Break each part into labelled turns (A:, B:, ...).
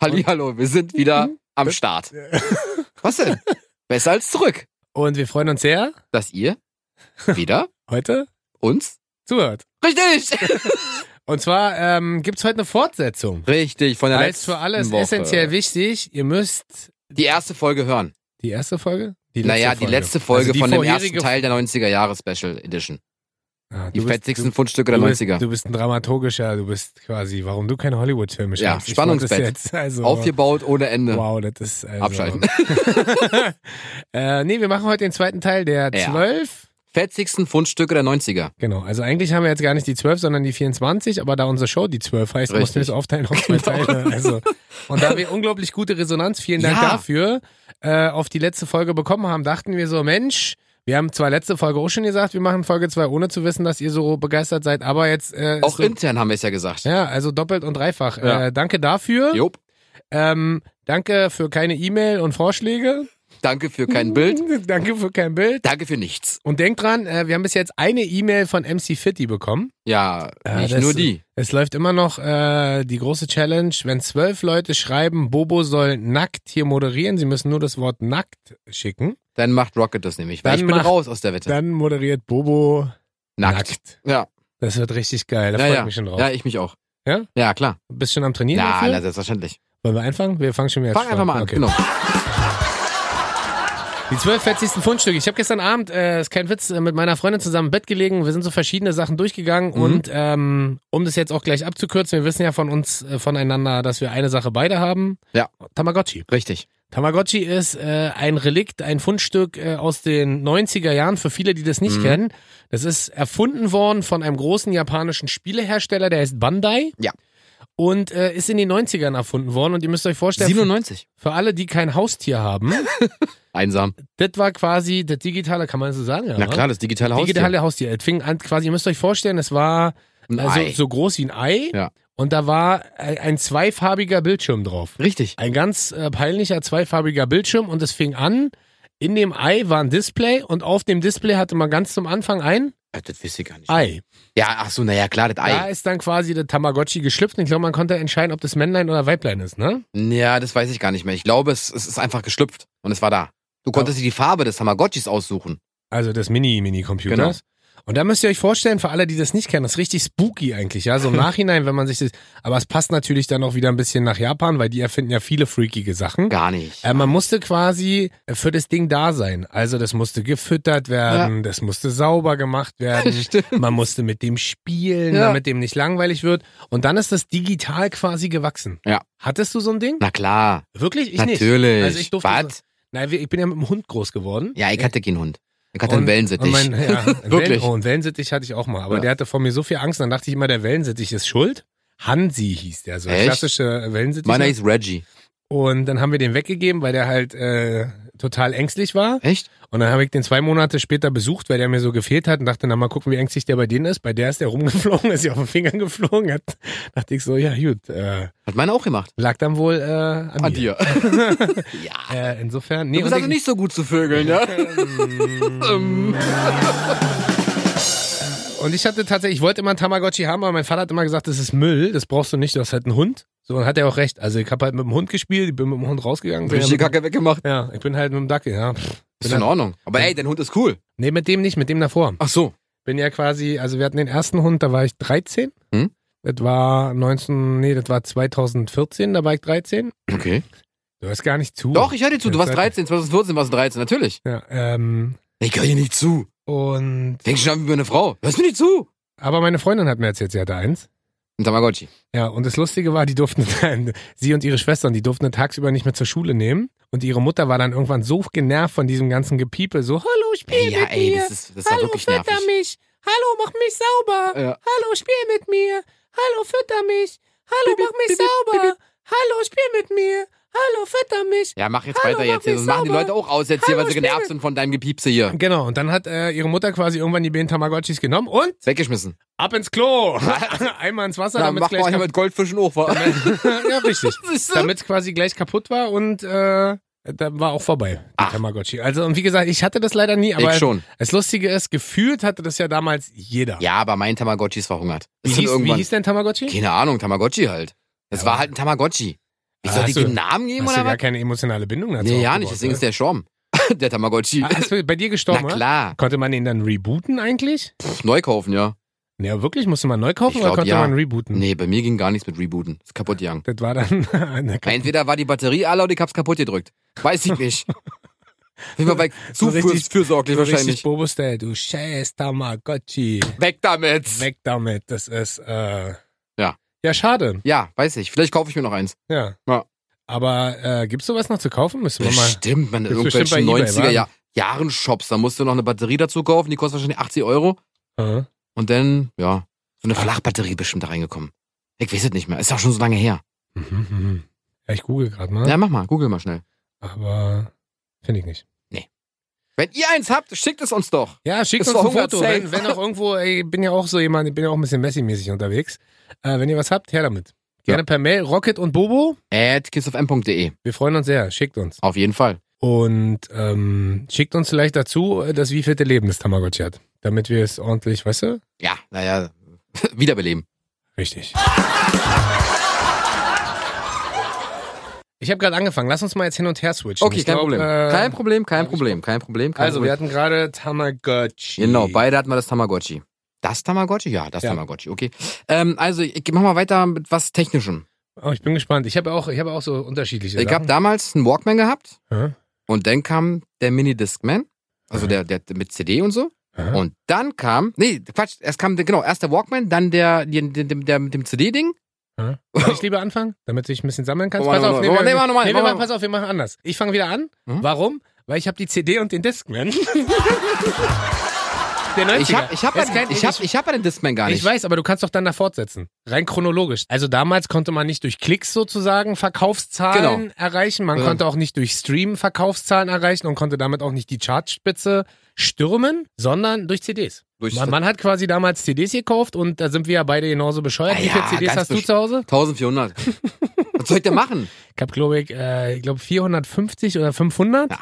A: Hallihallo, wir sind wieder
B: Mhm.
A: am Start. Was denn? Besser als zurück,
B: Und wir freuen uns sehr,
A: dass ihr wieder
B: heute
A: uns
B: zuhört.
A: richtig,
B: Und zwar ähm, gibt's heute eine Fortsetzung.
A: richtig von der
B: Heißt
A: letzten
B: für alle ist
A: Woche.
B: essentiell wichtig, ihr müsst
A: die erste Folge hören.
B: die erste Folge? Die
A: naja, die letzte Folge
B: Also die
A: von dem
B: vorherige
A: ersten Teil der 90er Jahre Special Edition.
B: Ah,
A: Die
B: du bist-
A: fetzigsten
B: du-
A: Fundstücke der
B: du bist-
A: 90er.
B: Du bist ein dramaturgischer, du bist quasi, warum du keine Hollywood-Filme
A: Ja,
B: schaust. Ich
A: Spannungsbett.
B: mach das Jetzt, also,
A: Aufgebaut ohne Ende.
B: Wow, das ist also,
A: Abschalten.
B: äh, nee, wir machen heute den zweiten Teil der
A: Ja.
B: zwölf.
A: Fetzigsten Fundstücke der 90er.
B: Genau, also eigentlich haben wir jetzt gar nicht die 12, sondern die 24, aber da unsere Show die 12 heißt, mussten wir
A: Richtig.
B: es
A: Genau.
B: aufteilen auf zwei Teile. Also, und da wir unglaublich gute Resonanz, vielen Dank
A: Ja.
B: dafür, äh, auf die letzte Folge bekommen haben, dachten wir so, Mensch, wir haben zwar letzte Folge auch schon gesagt, wir machen Folge 2, ohne zu wissen, dass ihr so begeistert seid, aber jetzt äh, ist
A: Auch
B: so,
A: intern haben wir es ja gesagt.
B: ja, also doppelt und dreifach.
A: Ja.
B: Äh, danke dafür.
A: Job,
B: Ähm, danke für keine E-Mail und Vorschläge.
A: danke für kein Bild,
B: Mhm. danke für kein Bild.
A: danke für nichts.
B: Und denkt dran, äh, wir haben bis jetzt eine E-Mail von MC Fitty bekommen.
A: Ja,
B: Ja,
A: nicht
B: das-
A: nur die.
B: Es läuft immer noch äh, die große Challenge, wenn zwölf Leute schreiben, Bobo soll nackt hier moderieren, sie müssen nur das Wort nackt schicken,
A: Dann macht Rocket das nämlich, weil
B: Dann
A: ich bin
B: macht-
A: raus aus der Wette.
B: dann moderiert Bobo nackt.
A: Nackt. Ja,
B: Das wird richtig geil,
A: ja,
B: da freue ich
A: ja.
B: mich schon drauf.
A: ja, ich mich auch.
B: Ja?
A: Ja, klar.
B: Bist schon am Trainieren
A: Ja, na,
B: dafür?
A: selbstverständlich.
B: Wollen wir anfangen? Wir fangen schon wieder
A: Fang
B: jetzt
A: einfach
B: schon
A: mal an.
B: Okay.
A: Genau.
B: Die zwölf fetzigsten Fundstücke. Ich habe gestern Abend, äh, ist kein Witz, äh, mit meiner Freundin zusammen im Bett gelegen. Wir sind so verschiedene Sachen durchgegangen
A: Mhm.
B: und ähm, um das jetzt auch gleich abzukürzen, wir wissen ja von uns äh, voneinander, dass wir eine Sache beide haben.
A: Ja.
B: Tamagotchi.
A: Richtig.
B: Tamagotchi ist äh, ein Relikt, ein Fundstück äh, aus den 90er Jahren für viele, die das nicht
A: Mhm.
B: kennen. Das ist erfunden worden von einem großen japanischen Spielehersteller, der heißt Bandai.
A: Ja.
B: Und äh, ist in den 90ern erfunden worden. Und ihr müsst euch vorstellen,
A: 97.
B: für alle, die kein Haustier haben,
A: Einsam.
B: das war quasi das digitale, kann man das so sagen? Ja,
A: Na
B: wa?
A: klar, das digitale Haus.
B: digitale Haustier. Es fing an, quasi, ihr müsst euch vorstellen, es war äh, so, so groß wie ein Ei.
A: Ja.
B: Und da war äh, ein zweifarbiger Bildschirm drauf.
A: Richtig.
B: Ein ganz äh, peinlicher zweifarbiger Bildschirm und es fing an. In dem Ei war ein Display und auf dem Display hatte man ganz zum Anfang ein
A: Äh, Das wüsste ich gar nicht.
B: Ei.
A: Ja, ach so, naja, klar, das
B: Da
A: Ei.
B: ist dann quasi der Tamagotchi geschlüpft und ich glaube, man konnte entscheiden, ob das Männlein oder Weiblein ist, ne?
A: Ja, das weiß ich gar nicht mehr. Ich glaube, es, es ist einfach geschlüpft und es war da. Du konntest dir die Farbe des Tamagotchis aussuchen.
B: Also des Mini-Mini-Computers. Und da müsst ihr euch vorstellen, für alle, die das nicht kennen, das ist richtig spooky eigentlich, ja, so im Nachhinein, wenn man sich das, aber es passt natürlich dann auch wieder ein bisschen nach Japan, weil die erfinden ja viele freakige Sachen.
A: Gar nicht.
B: Äh, man musste quasi für das Ding da sein. Also das musste gefüttert werden, das musste sauber gemacht werden,
A: Stimmt.
B: man musste mit dem spielen,
A: Ja.
B: damit dem nicht langweilig wird. Und dann ist das digital quasi gewachsen.
A: Ja.
B: Hattest du so ein Ding?
A: Na klar,
B: Wirklich? Ich nicht.
A: natürlich.
B: Also ich durfte
A: Was?
B: Nein, wir- ich bin ja mit dem Hund groß geworden.
A: Ja, ich hatte keinen Hund. Ich hatte einen Wellensittich.
B: Und mein, ja, einen
A: Wirklich.
B: Wellen, oh, einen Wellensittich hatte ich auch mal, aber
A: Ja.
B: der hatte vor mir so viel Angst, dann dachte ich immer, der Wellensittich ist schuld. Hansi hieß der, so
A: Echt?
B: der klassische Wellensittich.
A: Meiner hieß Reggie.
B: und dann haben wir den weggegeben, weil der halt äh, total ängstlich war.
A: Echt?
B: Und dann habe ich den zwei Monate später besucht, weil der mir so gefehlt hat und dachte, na mal gucken, wie ängstlich der bei denen ist. Bei der ist der rumgeflogen, ist ja auf den Fingern geflogen. Hat, dachte ich so, ja gut, äh,
A: Hat meiner auch gemacht.
B: lag dann wohl äh, an,
A: An
B: mir.
A: dir. ja.
B: Äh, insofern, nee,
A: Du bist
B: und
A: also
B: ich-
A: nicht so gut zu vögeln, ja? Ähm.
B: Und ich hatte tatsächlich, ich wollte immer einen Tamagotchi haben, aber mein Vater hat immer gesagt, das ist Müll, das brauchst du nicht, du hast halt einen Hund. So, und hat er auch recht. Also ich habe halt mit dem Hund gespielt, ich bin mit dem Hund rausgegangen. Bin ja,
A: Richtig
B: mit,
A: Kacke weggemacht.
B: ja, ich bin halt mit dem Dackel, ja. Pff. halt-
A: Ist in Ordnung. Aber ey, dein Hund ist cool.
B: Nee, mit dem nicht, mit dem davor.
A: Ach so.
B: Bin ja quasi, also wir hatten den ersten Hund, da war ich 13.
A: Hm?
B: Das war 19, nee, das war 2014, da war ich 13.
A: Okay.
B: Du hörst gar nicht zu.
A: Doch, ich höre dir zu. Du
B: Ja,
A: warst
B: sag-
A: 13, 2014 warst du 13, natürlich.
B: Ja, ähm,
A: Ich höre dir nicht zu.
B: und,
A: Denk schon an wie bei einer Frau. Hörst mir nicht zu.
B: aber meine Freundin hat mir erzählt, sie hatte eins.
A: Ein Tamagotchi.
B: Ja, und das Lustige war, die durften, sie und ihre Schwestern, die durften tagsüber nicht mehr zur Schule nehmen. Und ihre Mutter war dann irgendwann so genervt von diesem ganzen Gepiepe, so, hallo, spiel
A: Ja,
B: mit
A: ey,
B: mir.
A: das ist, das ist ja
B: hallo,
A: wirklich
B: fütter
A: nervig.
B: mich. Hallo, mach mich sauber.
A: Ja.
B: Hallo, spiel mit mir. Hallo, fütter mich. Hallo, mach mich sauber. Hallo, spiel mit mir. Hallo, fütter mich.
A: Ja, mach jetzt
B: Hallo,
A: weiter
B: mach
A: jetzt. hier,
B: mich
A: Sonst machen die
B: sauber.
A: Leute auch aus jetzt hier,
B: Hallo,
A: weil sie
B: Spiel
A: genervt
B: mit-
A: sind von deinem Gepiepse hier.
B: Genau, und dann hat äh, ihre Mutter quasi irgendwann die beiden Tamagotchis genommen und
A: Weggeschmissen.
B: ab ins Klo. Einmal ins Wasser,
A: Na,
B: damit
A: mach
B: gleich
A: mal hier
B: kaputt
A: mit Goldfischen hoch, wa?
B: Ja, richtig.
A: Siehst du?
B: damit es quasi gleich kaputt war und äh, da war auch vorbei, die
A: Ach.
B: Tamagotchi. Also und wie gesagt, ich hatte das leider nie, aber
A: Ich schon.
B: das Lustige ist, gefühlt hatte das ja damals jeder.
A: Ja, aber mein Tamagotchi ist verhungert.
B: Wie
A: Ist dann
B: hieß, wie
A: irgendwann.
B: hieß denn Tamagotchi?
A: Keine Ahnung, Tamagotchi halt. Das
B: Ja,
A: war
B: aber-
A: halt ein Tamagotchi. Ich
B: Ah,
A: soll
B: hast
A: die
B: du-
A: den Namen geben
B: Hast du
A: oder
B: gar
A: was?
B: keine emotionale Bindung dazu?
A: Nee, ja
B: aufgebaut,
A: nicht, deswegen
B: oder?
A: ist der Schorm. der Tamagotchi.
B: ne? Ah, ist bei dir
A: Na
B: gestorben, oder?
A: klar,
B: Konnte man ihn dann rebooten eigentlich?
A: Pff, neu kaufen, ja.
B: Ja, wirklich? Musste man neu kaufen
A: Ich
B: oder
A: glaub,
B: konnte
A: ja.
B: man rebooten?
A: Nee, bei mir ging gar nichts mit Rebooten. Ist kaputt gegangen.
B: Das war dann. Na, klar.
A: Entweder war die Batterie alle oder ich hab's kaputt gedrückt. Weiß ich nicht. Bin mal bei zu
B: richtig-
A: fürs- fürsorglich
B: So richtig
A: wahrscheinlich.
B: Bobo Style, du scheiß Tamagotchi.
A: Weg damit!
B: Weg damit. Das ist, äh.
A: Ja.
B: Ja, schade.
A: Ja, weiß ich. Vielleicht kaufe ich mir noch eins.
B: Ja.
A: Ja.
B: Aber äh, gibt's sowas noch zu kaufen? Müssen wir mal.
A: Bestimmt, man in
B: Ist bestimmt
A: irgendwelchen
B: bei eBay,
A: 90er
B: wa?
A: Jahr, Jahren Shops. Da musst du noch eine Batterie dazu kaufen, die kostet wahrscheinlich 80 Euro.
B: Aha.
A: Und dann, ja, so eine Flachbatterie bestimmt da reingekommen. Ich weiß es nicht mehr. Ist auch schon so lange her.
B: Mhm, mhm. Ja, ich google gerade mal.
A: Ja, mach mal, google mal schnell.
B: Aber finde ich nicht.
A: Wenn ihr eins habt, schickt es uns doch.
B: Ja, schickt
A: Ist
B: uns ein
A: doch
B: Foto.
A: safe.
B: Wenn, wenn auch irgendwo, ey, ich bin ja auch so jemand, ich bin ja auch ein bisschen messi-mäßig unterwegs. Äh, wenn ihr was habt, her damit. Gerne per Mail, Rocket und Bobo.
A: At kissofm.de.
B: Wir freuen uns sehr. Schickt uns.
A: Auf jeden Fall.
B: Und ähm, schickt uns vielleicht dazu, äh, das wievielte Leben das Tamagotchi hat. Damit wir es ordentlich, weißt du?
A: Ja, naja, wiederbeleben.
B: Richtig. Ich habe gerade angefangen. Lass uns mal jetzt hin und her switchen.
A: Okay,
B: ich
A: kein
B: glaub,
A: Problem.
B: äh,
A: Kein Problem, kein
B: ich-
A: Problem, kein Problem. Kein
B: Also, wir
A: Problem.
B: hatten gerade Tamagotchi.
A: Genau, beide hatten wir das Tamagotchi. Das Tamagotchi? Ja, das
B: Ja.
A: Tamagotchi, okay. Ähm, also, ich mach mal weiter mit was Technischem.
B: Oh, ich bin gespannt. Ich habe auch, ich habe auch so unterschiedliche
A: Ich habe
B: Sachen.
A: damals einen Walkman gehabt
B: Aha,
A: und dann kam der Mini-Discman, also
B: Mhm.
A: der, der mit CD und so.
B: aha.
A: Und dann kam, nee, Quatsch, erst kam, der- genau, erst der Walkman, dann der, der, der, der mit dem CD-Ding.
B: aha. Soll ich lieber anfangen, damit du dich ein bisschen sammeln kannst?
A: Moment,
B: pass auf,
A: Moment,
B: nee, wir,
A: Moment, Moment,
B: nee, wir
A: Moment.
B: machen, pass auf, wir machen anders. Ich fange wieder an.
A: Mhm.
B: Warum? Weil ich habe die CD und den Discman. Der 90er.
A: Ich hab, ich hab,
B: Ist
A: ja-
B: kein-
A: ich hab, ich hab ja den Discman gar nicht.
B: Ich weiß, aber du kannst doch dann da fortsetzen. Rein chronologisch. Also damals konnte man nicht durch Klicks sozusagen Verkaufszahlen
A: Genau.
B: erreichen. Man
A: Ja.
B: konnte auch nicht durch Stream Verkaufszahlen erreichen und konnte damit auch nicht die Chartspitze stürmen, sondern durch CDs.
A: Durch
B: Man, man hat quasi damals CDs gekauft und da sind wir ja beide genauso bescheuert.
A: Ah
B: Wie viele
A: ja,
B: CDs
A: ganz
B: hast du
A: besch-
B: zu Hause?
A: 1400. was soll ich denn machen?
B: Ich habe, glaube ich, äh, ich glaub 450 oder 500.
A: Ja.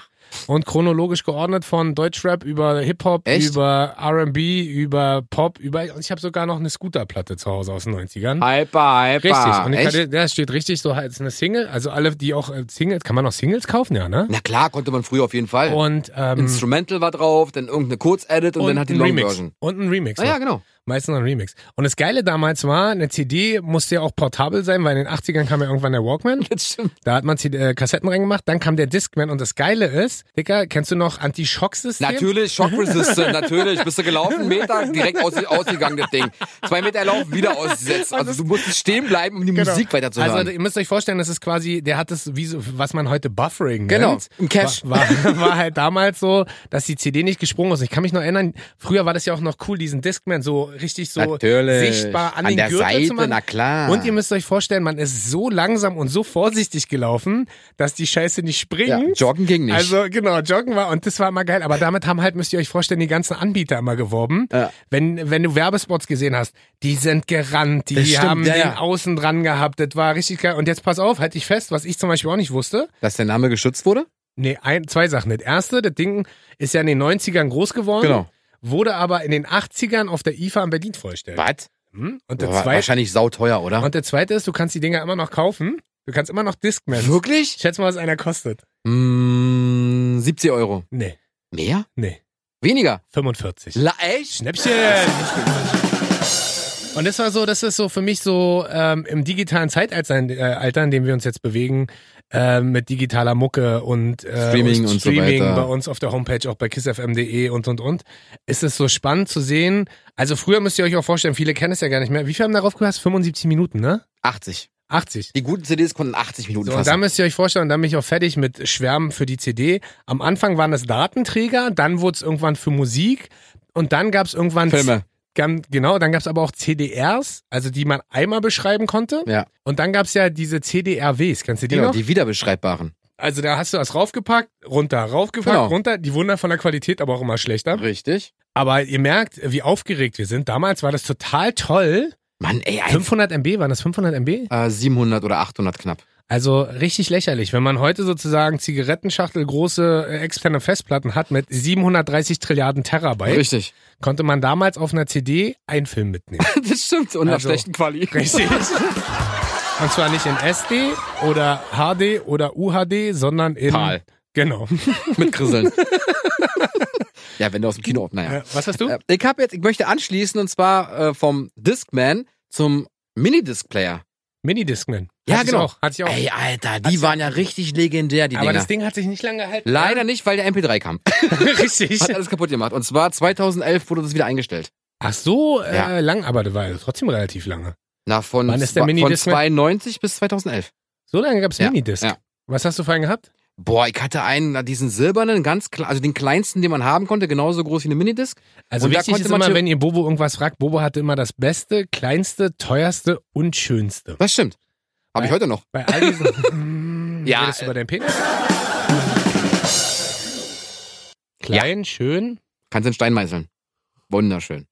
B: Und chronologisch geordnet von Deutschrap über Hip-Hop,
A: Echt?
B: über R&B, über Pop, über... Und ich habe sogar noch eine Scooterplatte zu Hause aus den 90ern.
A: Hyper, hyper.
B: Richtig, und ich
A: Echt?
B: hatte, da steht richtig so als eine Single. Also alle, die auch äh, Singles, kann man auch Singles kaufen, ja, ne?
A: Na klar, konnte man früher auf jeden Fall.
B: Und, ähm,
A: Instrumental war drauf, dann irgendeine Kurz-Edit und, dann hat die
B: ein Remix.
A: Long-Version.
B: Und ein Remix.
A: Ah ja,
B: noch.
A: genau.
B: Meistens noch ein Remix. Und das Geile damals war, eine CD musste ja auch portabel sein, weil in den 80ern kam ja irgendwann der Walkman.
A: Das stimmt.
B: Da hat man CD, äh, Kassetten reingemacht, dann kam der Discman und das Geile ist, Dicker, kennst du noch Anti-Schock-System?
A: Natürlich, um Shock Resistant, natürlich. Bist du gelaufen, einen Meter, direkt aus, ausgegangen, das Ding. Zwei Meter laufen, wieder ausgesetzt. Also du musstest stehen bleiben, um die
B: Genau.
A: Musik weiterzuhören.
B: Also ihr müsst euch vorstellen, das ist quasi, der hat das, wie so, was man heute Buffering
A: Genau,
B: nennt.
A: im Cache.
B: War, war, war halt damals so, dass die CD nicht gesprungen ist. Ich kann mich noch erinnern, früher war das ja auch noch cool, diesen Discman so richtig so
A: natürlich.
B: sichtbar an, den
A: der
B: Gürtel
A: Seite,
B: zu machen.
A: na klar.
B: Und ihr müsst euch vorstellen, man ist so langsam und so vorsichtig gelaufen, dass die Scheiße nicht
A: ja,
B: springt.
A: joggen ging nicht.
B: Also genau, joggen war und das war immer geil. Aber damit haben halt, müsst ihr euch vorstellen, die ganzen Anbieter immer geworben.
A: Ja.
B: Wenn, wenn du Werbespots gesehen hast, die sind gerannt, die
A: Das stimmt,
B: haben
A: ja,
B: den
A: ja.
B: außen dran gehabt. Das war richtig geil. Und jetzt pass auf, halt dich fest, was ich zum Beispiel auch nicht wusste.
A: Dass der Name geschützt wurde?
B: Nee, ein, zwei Sachen. Das erste, das Ding ist ja in den 90ern groß geworden,
A: Genau.
B: wurde aber in den 80ern auf der IFA in Berlin vorgestellt.
A: Was?
B: Hm? Und der
A: Wa-
B: zweite,
A: Wahrscheinlich sauteuer, oder?
B: und der zweite ist, du kannst die Dinger immer noch kaufen. Du kannst immer noch Discman.
A: Wirklich?
B: Schätz mal, was einer kostet.
A: Mm, 70 Euro.
B: Nee,
A: Mehr?
B: nee.
A: Weniger?
B: 45.
A: La echt?
B: Schnäppchen! Und das war so, das ist so für mich so ähm, im digitalen Zeitalter, in- äh, Alter, in dem wir uns jetzt bewegen, äh, mit digitaler Mucke und äh,
A: Streaming und so
B: Streaming
A: weiter.
B: bei uns auf der Homepage, auch bei kissfm.de und und und, ist es so spannend zu sehen. Also früher müsst ihr euch auch vorstellen, viele kennen es ja gar nicht mehr. Wie viel haben darauf gehasst? 75 Minuten, ne?
A: 80.
B: 80.
A: Die guten CDs konnten 80 Minuten
B: So, und da
A: fassen.
B: müsst ihr euch vorstellen, dann bin ich auch fertig mit Schwärmen für die CD. Am Anfang waren das Datenträger, dann wurde es irgendwann für Musik und dann gab es irgendwann
A: Filme.
B: Gan- Genau, dann gab es aber auch CDRs, also die man einmal beschreiben konnte.
A: Ja.
B: Und dann gab es ja diese CDRWs, kennst du die
A: Genau,
B: noch?
A: die wiederbeschreibbaren.
B: also da hast du was raufgepackt, runter, raufgepackt,
A: Genau.
B: runter. Die wurden dann von der Qualität aber auch immer schlechter.
A: Richtig.
B: Aber ihr merkt, wie aufgeregt wir sind. Damals war das total toll.
A: Mann, ey, ein,
B: 500 MB, waren das 500 MB?
A: äh, 700 oder 800 knapp.
B: Also richtig lächerlich. Wenn man heute sozusagen Zigarettenschachtel große äh, externe Festplatten hat mit 730 Trilliarden Terabyte,
A: Richtig.
B: konnte man damals auf einer CD einen Film mitnehmen.
A: Das stimmt. Und
B: Also,
A: Quali.
B: Richtig. Und zwar nicht in SD oder HD oder UHD, sondern in.
A: Pal.
B: Genau.
A: Mit Grisseln. ja, wenn du aus dem Kino, naja.
B: Äh, Was hast du?
A: Äh, Ich habe jetzt, ich möchte anschließen und zwar äh, vom Discman zum Minidisc-Player.
B: Minidiscman.
A: Ja,
B: Hatte ich
A: genau.
B: Auch. Hatte ich auch.
A: Ey, Alter, die waren ja richtig legendär, die
B: Also Aber
A: Dinger.
B: das Ding hat sich nicht lange gehalten.
A: Leider nicht, weil der MP3 kam.
B: Richtig.
A: Hat alles kaputt gemacht. Und zwar 2011 wurde das wieder eingestellt.
B: Ach so, äh,
A: Ja.
B: lang, aber das war trotzdem relativ lange.
A: Na, von,
B: Wann ist der
A: zwa- von
B: Minidiscman?
A: 92 bis 2011.
B: So lange gab's
A: Ja,
B: Minidisc.
A: ja.
B: Was hast du vorhin gehabt?
A: Boah, ich hatte einen, na, diesen silbernen, ganz klar, also den kleinsten, den man haben konnte, genauso groß wie eine Minidisc.
B: Also
A: Und da
B: wichtig
A: konnte
B: ist
A: man
B: immer,
A: theor-
B: wenn ihr Bobo irgendwas fragt, Bobo hatte immer das Beste, Kleinste, Teuerste und Schönste.
A: Das stimmt. Habe ich
B: Weil-
A: heute noch.
B: Bei all diesen...
A: Ja,
B: Redest du
A: äh,
B: über deinen Penis? Klein, schön.
A: Kannst den Stein meißeln. Wunderschön.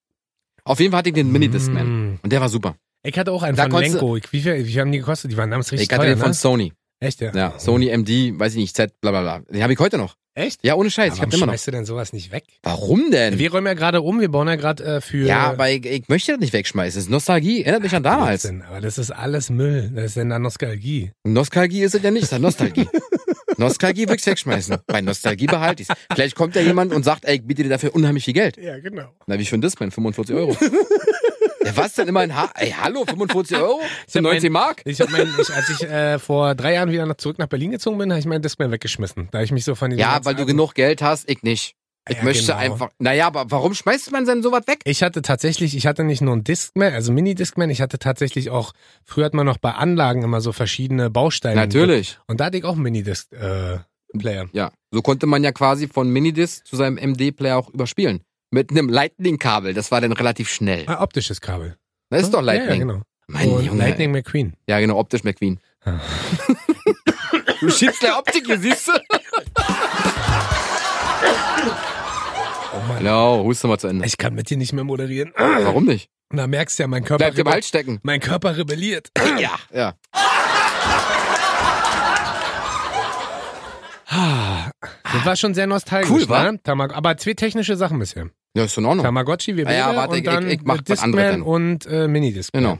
A: Auf jeden Fall hatte ich den Minidiscman.
B: Mm.
A: Und der war super.
B: Ich hatte auch einen
A: Da
B: von
A: konntest
B: Lenko. Ich, wie, viel, wie viel haben die gekostet? Die waren damals richtig
A: ich hatte
B: teuer,
A: den von
B: ne?
A: Sony.
B: Echt, ja.
A: Ja, Sony MD, weiß ich nicht, Z, bla bla bla. Den habe ich heute noch.
B: Echt?
A: Ja, ohne Scheiß.
B: Warum
A: ich habe den immer noch.
B: schmeißt du denn sowas nicht weg?
A: Warum denn?
B: Wir räumen ja gerade um, wir bauen ja gerade äh, für...
A: ja, aber ich, ich möchte das nicht wegschmeißen. Das ist Nostalgie. Erinnert mich an damals.
B: Blödsinn, aber das ist alles Müll. Das ist denn da Nostalgie.
A: Nostalgie ist es ja nicht, es ist ja Nostalgie. Nostalgie würde ich wegschmeißen. Bei Nostalgie behalte ich's. Vielleicht kommt ja jemand und sagt, ey, ich biete dir dafür unheimlich viel Geld.
B: Ja, genau.
A: Na, wie für ein Discman, 45 Euro. ja, was denn immer ein Ha? Ey, hallo, 45 Euro? Das sind
B: hab mein-
A: 90 Mark?
B: Ich hab mein, ich, als ich äh, vor drei Jahren wieder nach, zurück nach Berlin gezogen bin, habe ich meinen Discman weggeschmissen. Da hab ich mich so von diesem
A: Ja,
B: ganzen
A: weil du
B: Album-
A: genug Geld hast, ich nicht. Ich
B: Ja,
A: möchte
B: genau.
A: einfach. Naja, aber warum schmeißt man denn sowas weg?
B: Ich hatte tatsächlich, ich hatte nicht nur einen Discman, also Mini-Discman, ich hatte tatsächlich auch, früher hat man noch bei Anlagen immer so verschiedene Bausteine.
A: Natürlich.
B: Und da hatte ich auch einen äh, Minidisc-Player.
A: Ja. So konnte man ja quasi von Minidisc zu seinem MD-Player auch überspielen. Mit einem Lightning-Kabel. Das war dann relativ schnell.
B: ah, optisches Kabel.
A: Das ist doch Lightning.
B: Ja, ja genau.
A: Mein
B: Und
A: Junge.
B: Lightning McQueen.
A: Ja, genau, optisch McQueen. du schiebst gleich Optik hier, siehst du?
B: Oh Mann.
A: Genau, huste mal zu Ende.
B: Ich kann mit dir nicht mehr moderieren.
A: Warum nicht?
B: Und da merkst du ja, mein Körper,
A: Bleibt im
B: rebe-
A: Hals stecken.
B: mein Körper rebelliert.
A: Ja, ja.
B: Das war schon sehr nostalgisch,
A: Ah. Cool, wa?
B: ne? Tamag aber zwei technische Sachen bisher.
A: Ja, ist in Ordnung.
B: Tamagotchi, wir
A: Ah
B: beide
A: ja, warte,
B: und
A: ich-
B: dann
A: ich- ich mach was
B: Discman
A: anderes dann.
B: und äh, Minidisc.
A: Genau.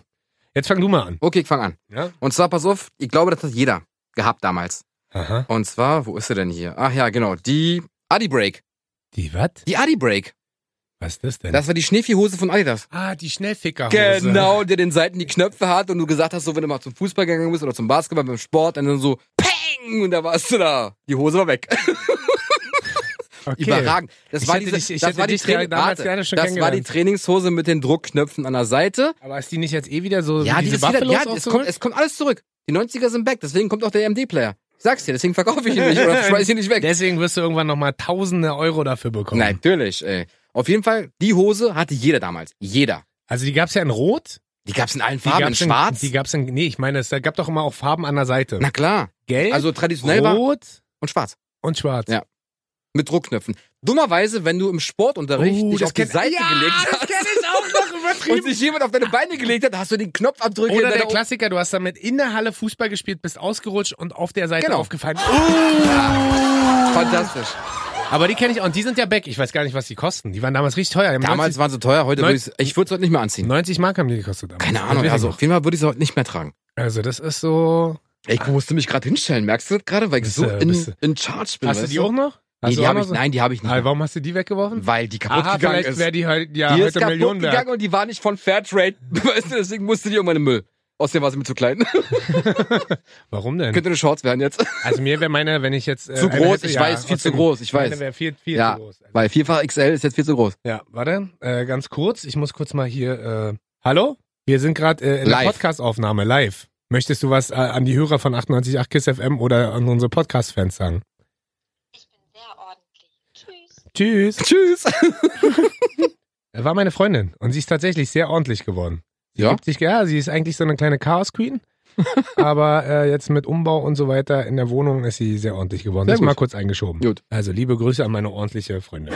B: Jetzt fang du mal an.
A: Okay, ich fang an.
B: Ja?
A: Und zwar, pass auf, ich glaube, das hat jeder gehabt damals.
B: Aha.
A: Und zwar, wo ist sie denn hier? Ach ja, genau, die Adi Break.
B: Die was?
A: Die Adi Break.
B: Was ist das denn?
A: Das war die Schneeviehhose von Adidas.
B: ah, die Schnellfickerhose.
A: Genau, der den Seiten die Knöpfe hat und du gesagt hast, so wenn du mal zum Fußball gegangen bist oder zum Basketball, beim Sport, dann so Peng! Und da warst du da. Die Hose war weg.
B: Okay.
A: Überragend. Das
B: Ich
A: war
B: hätte
A: diese,
B: dich- ich
A: das
B: hätte
A: war die
B: dich ja
A: Training-
B: damals
A: warte,
B: gerne schon
A: Das war die
B: kennengelernt.
A: Trainingshose mit den Druckknöpfen an der Seite.
B: Aber ist die nicht jetzt eh wieder so
A: Ja,
B: diese
A: die ist wieder,
B: Buffalo
A: ja es, kommt, es kommt alles zurück. Die 90er sind back, deswegen kommt auch der MD-Player. Ich sag's dir, deswegen verkaufe ich ihn nicht oder schmeiß ich ihn nicht weg.
B: Deswegen wirst du irgendwann nochmal tausende Euro dafür bekommen.
A: Nein, Natürlich, ey. Auf jeden Fall, die Hose hatte jeder damals. Jeder.
B: Also die gab's ja in Rot.
A: Die gab's in allen
B: Die
A: Farben. In
B: gab's
A: schwarz.
B: Die gab's in, nee, ich meine, es gab doch immer auch Farben an der Seite.
A: Na klar.
B: Gelb,
A: Also traditionell war
B: Rot
A: und schwarz.
B: und Schwarz.
A: Ja. Mit Druckknöpfen. Dummerweise, wenn du im Sportunterricht
B: Oh,
A: dich
B: das
A: auf die
B: kenn-
A: Seite
B: Ja,
A: gelegt
B: das
A: hast.
B: kenn ich auch noch
A: und
B: übertrieben.
A: sich jemand auf deine Beine gelegt hat, hast du den Knopfabdrücker in
B: Oder
A: deiner
B: der Klassiker, du hast damit in der Halle Fußball gespielt, bist ausgerutscht und auf der Seite
A: Genau.
B: aufgefallen.
A: Fantastisch.
B: Aber die kenne ich auch. Und die sind ja back. Ich weiß gar nicht, was die kosten. Die waren damals richtig teuer. Die haben
A: Damals waren sie teuer, heute würde ich ich würde es heute nicht mehr
B: 90,
A: anziehen.
B: 90 Mark haben die gekostet. Damals.
A: Keine
B: Das
A: Ahnung,
B: weiß ich
A: also
B: noch.
A: auf jeden Fall würde ich es heute nicht mehr tragen.
B: Also das ist so...
A: Ey, Ich musste mich gerade hinstellen, merkst du das gerade? Weil ich
B: Bist
A: so
B: du- bist
A: in,
B: du-
A: in Charge bin.
B: Hast du
A: weißt
B: die auch noch?
A: Nee,
B: Hast
A: die
B: du auch
A: hab
B: noch
A: ich,
B: so-
A: nein, die habe ich nicht.
B: Ah,
A: mehr.
B: warum hast du die weggeworfen?
A: Weil die kaputt
B: Aha,
A: gegangen
B: vielleicht
A: ist.
B: wäre die halt, ja,
A: die ist
B: heute
A: kaputt
B: Millionen
A: gegangen
B: wert.
A: und die war nicht von Fairtrade. Weißt du, deswegen musste die irgendwann in den Müll. Außerdem war sie mir zu klein.
B: Warum denn?
A: Könnte eine Shorts werden jetzt.
B: Also mir wäre meine, wenn ich jetzt... Äh,
A: Zu
B: eine
A: groß,
B: hätte,
A: ich
B: ja,
A: weiß, viel zu
B: trotzdem.
A: groß, ich
B: Meine
A: weiß.
B: wäre viel, viel
A: Ja,
B: zu groß.
A: Weil vierfach XL ist jetzt viel zu groß.
B: Ja, warte, äh, ganz kurz. Ich muss kurz mal hier. Äh, hallo? Wir sind gerade äh, in
A: Live.
B: der Podcast-Aufnahme live. Möchtest du was äh, an die Hörer von 98.8 KISS FM oder an unsere Podcast-Fans sagen?
C: Ich bin sehr ordentlich. Tschüss.
B: Tschüss.
A: Tschüss.
B: Er war meine Freundin und sie ist tatsächlich sehr ordentlich geworden. Sie
A: Ja?
B: gibt sich, ja, sie ist eigentlich so eine kleine Chaos-Queen. aber äh, jetzt mit Umbau und so weiter in der Wohnung ist sie sehr ordentlich geworden.
A: Sehr
B: das
A: gut.
B: mal kurz eingeschoben.
A: Gut.
B: Also liebe Grüße an meine ordentliche Freundin.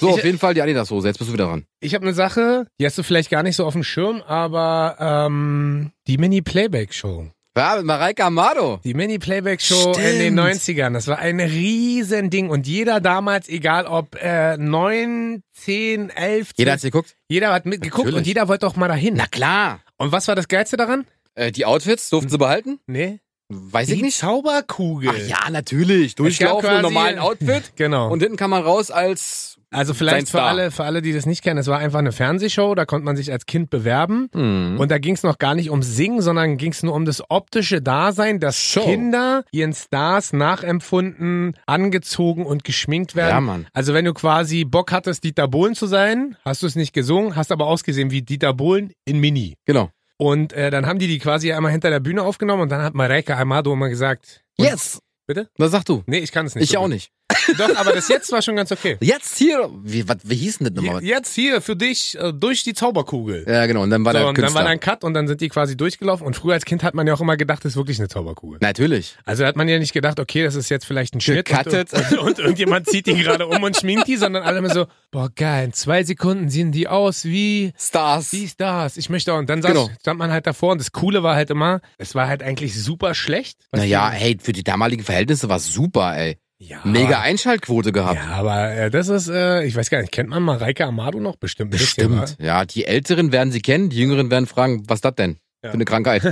A: So, auf jeden Fall die Adidas-Hose. Jetzt bist du wieder dran.
B: Ich habe eine Sache, die hast du vielleicht gar nicht so auf dem Schirm, aber ähm, die Mini-Playback-Show.
A: Ja, mit Mareike Amado.
B: Die Mini-Playback-Show in
A: Stimmt.
B: den 90ern, das war ein Riesending. Und jeder damals, egal ob äh, 9, 10, 11,
A: Jeder hat's
B: 12,
A: geguckt?
B: jeder hat mitgeguckt
A: Natürlich.
B: und jeder wollte auch mal dahin.
A: Na klar.
B: Und was war das Geilste daran?
A: Äh, die Outfits durften sie behalten?
B: Nee.
A: Weiß ich
B: Die
A: nicht.
B: Zauberkugel.
A: Ach ja, natürlich. Durchlaufen im
B: quasi-
A: normalen Outfit.
B: Genau.
A: Und hinten kam man raus als.
B: also
A: sein
B: vielleicht für
A: Star.
B: alle, für alle, die das nicht kennen, es war einfach eine Fernsehshow, da konnte man sich als Kind bewerben.
A: Und
B: Und da ging es noch gar nicht ums Singen, sondern ging es nur um das optische Dasein, dass
A: Show.
B: Kinder ihren Stars nachempfunden, angezogen und geschminkt werden.
A: Ja, Mann.
B: Also wenn du quasi Bock hattest, Dieter Bohlen zu sein, hast du es nicht gesungen, hast aber ausgesehen wie Dieter Bohlen in Mini.
A: genau.
B: Und äh, dann haben die die quasi einmal hinter der Bühne aufgenommen und dann hat Mareike Amado immer gesagt, und-
A: Yes!
B: Bitte?
A: Na sag du.
B: nee, ich kann es nicht.
A: Ich
B: so
A: auch
B: gut.
A: nicht.
B: Doch, aber das jetzt war schon ganz okay.
A: Jetzt hier. Wie, wat, wie hieß denn das nochmal?
B: Jetzt hier für dich äh, durch die Zauberkugel.
A: Ja, genau. Und dann war
B: So,
A: der
B: und dann war
A: Künstler.
B: da ein Cut und dann sind die quasi durchgelaufen. Und früher als Kind hat man ja auch immer gedacht, das ist wirklich eine Zauberkugel.
A: Natürlich.
B: Also hat man ja nicht gedacht, okay, das ist jetzt vielleicht ein Schnitt
A: Gecuttet.
B: und, und, und irgendjemand zieht die gerade um und schminkt die, sondern alle immer so, boah geil, in zwei Sekunden sehen die aus wie
A: Stars.
B: dies, das, ich möchte auch. Und dann saß,
A: Genau.
B: stand man halt davor und das Coole war halt immer, es war halt eigentlich super schlecht. was
A: Naja, hey, für die damaligen Verhältnisse war super, ey.
B: die- ja,
A: Mega Einschaltquote gehabt.
B: Ja, aber äh, das ist, äh, ich weiß gar nicht, kennt man Mareike Amado noch bestimmt? ein bisschen, wa?
A: Stimmt. Ja, die Älteren werden sie kennen, die Jüngeren werden fragen, was das denn
B: Ja.
A: für eine Krankheit?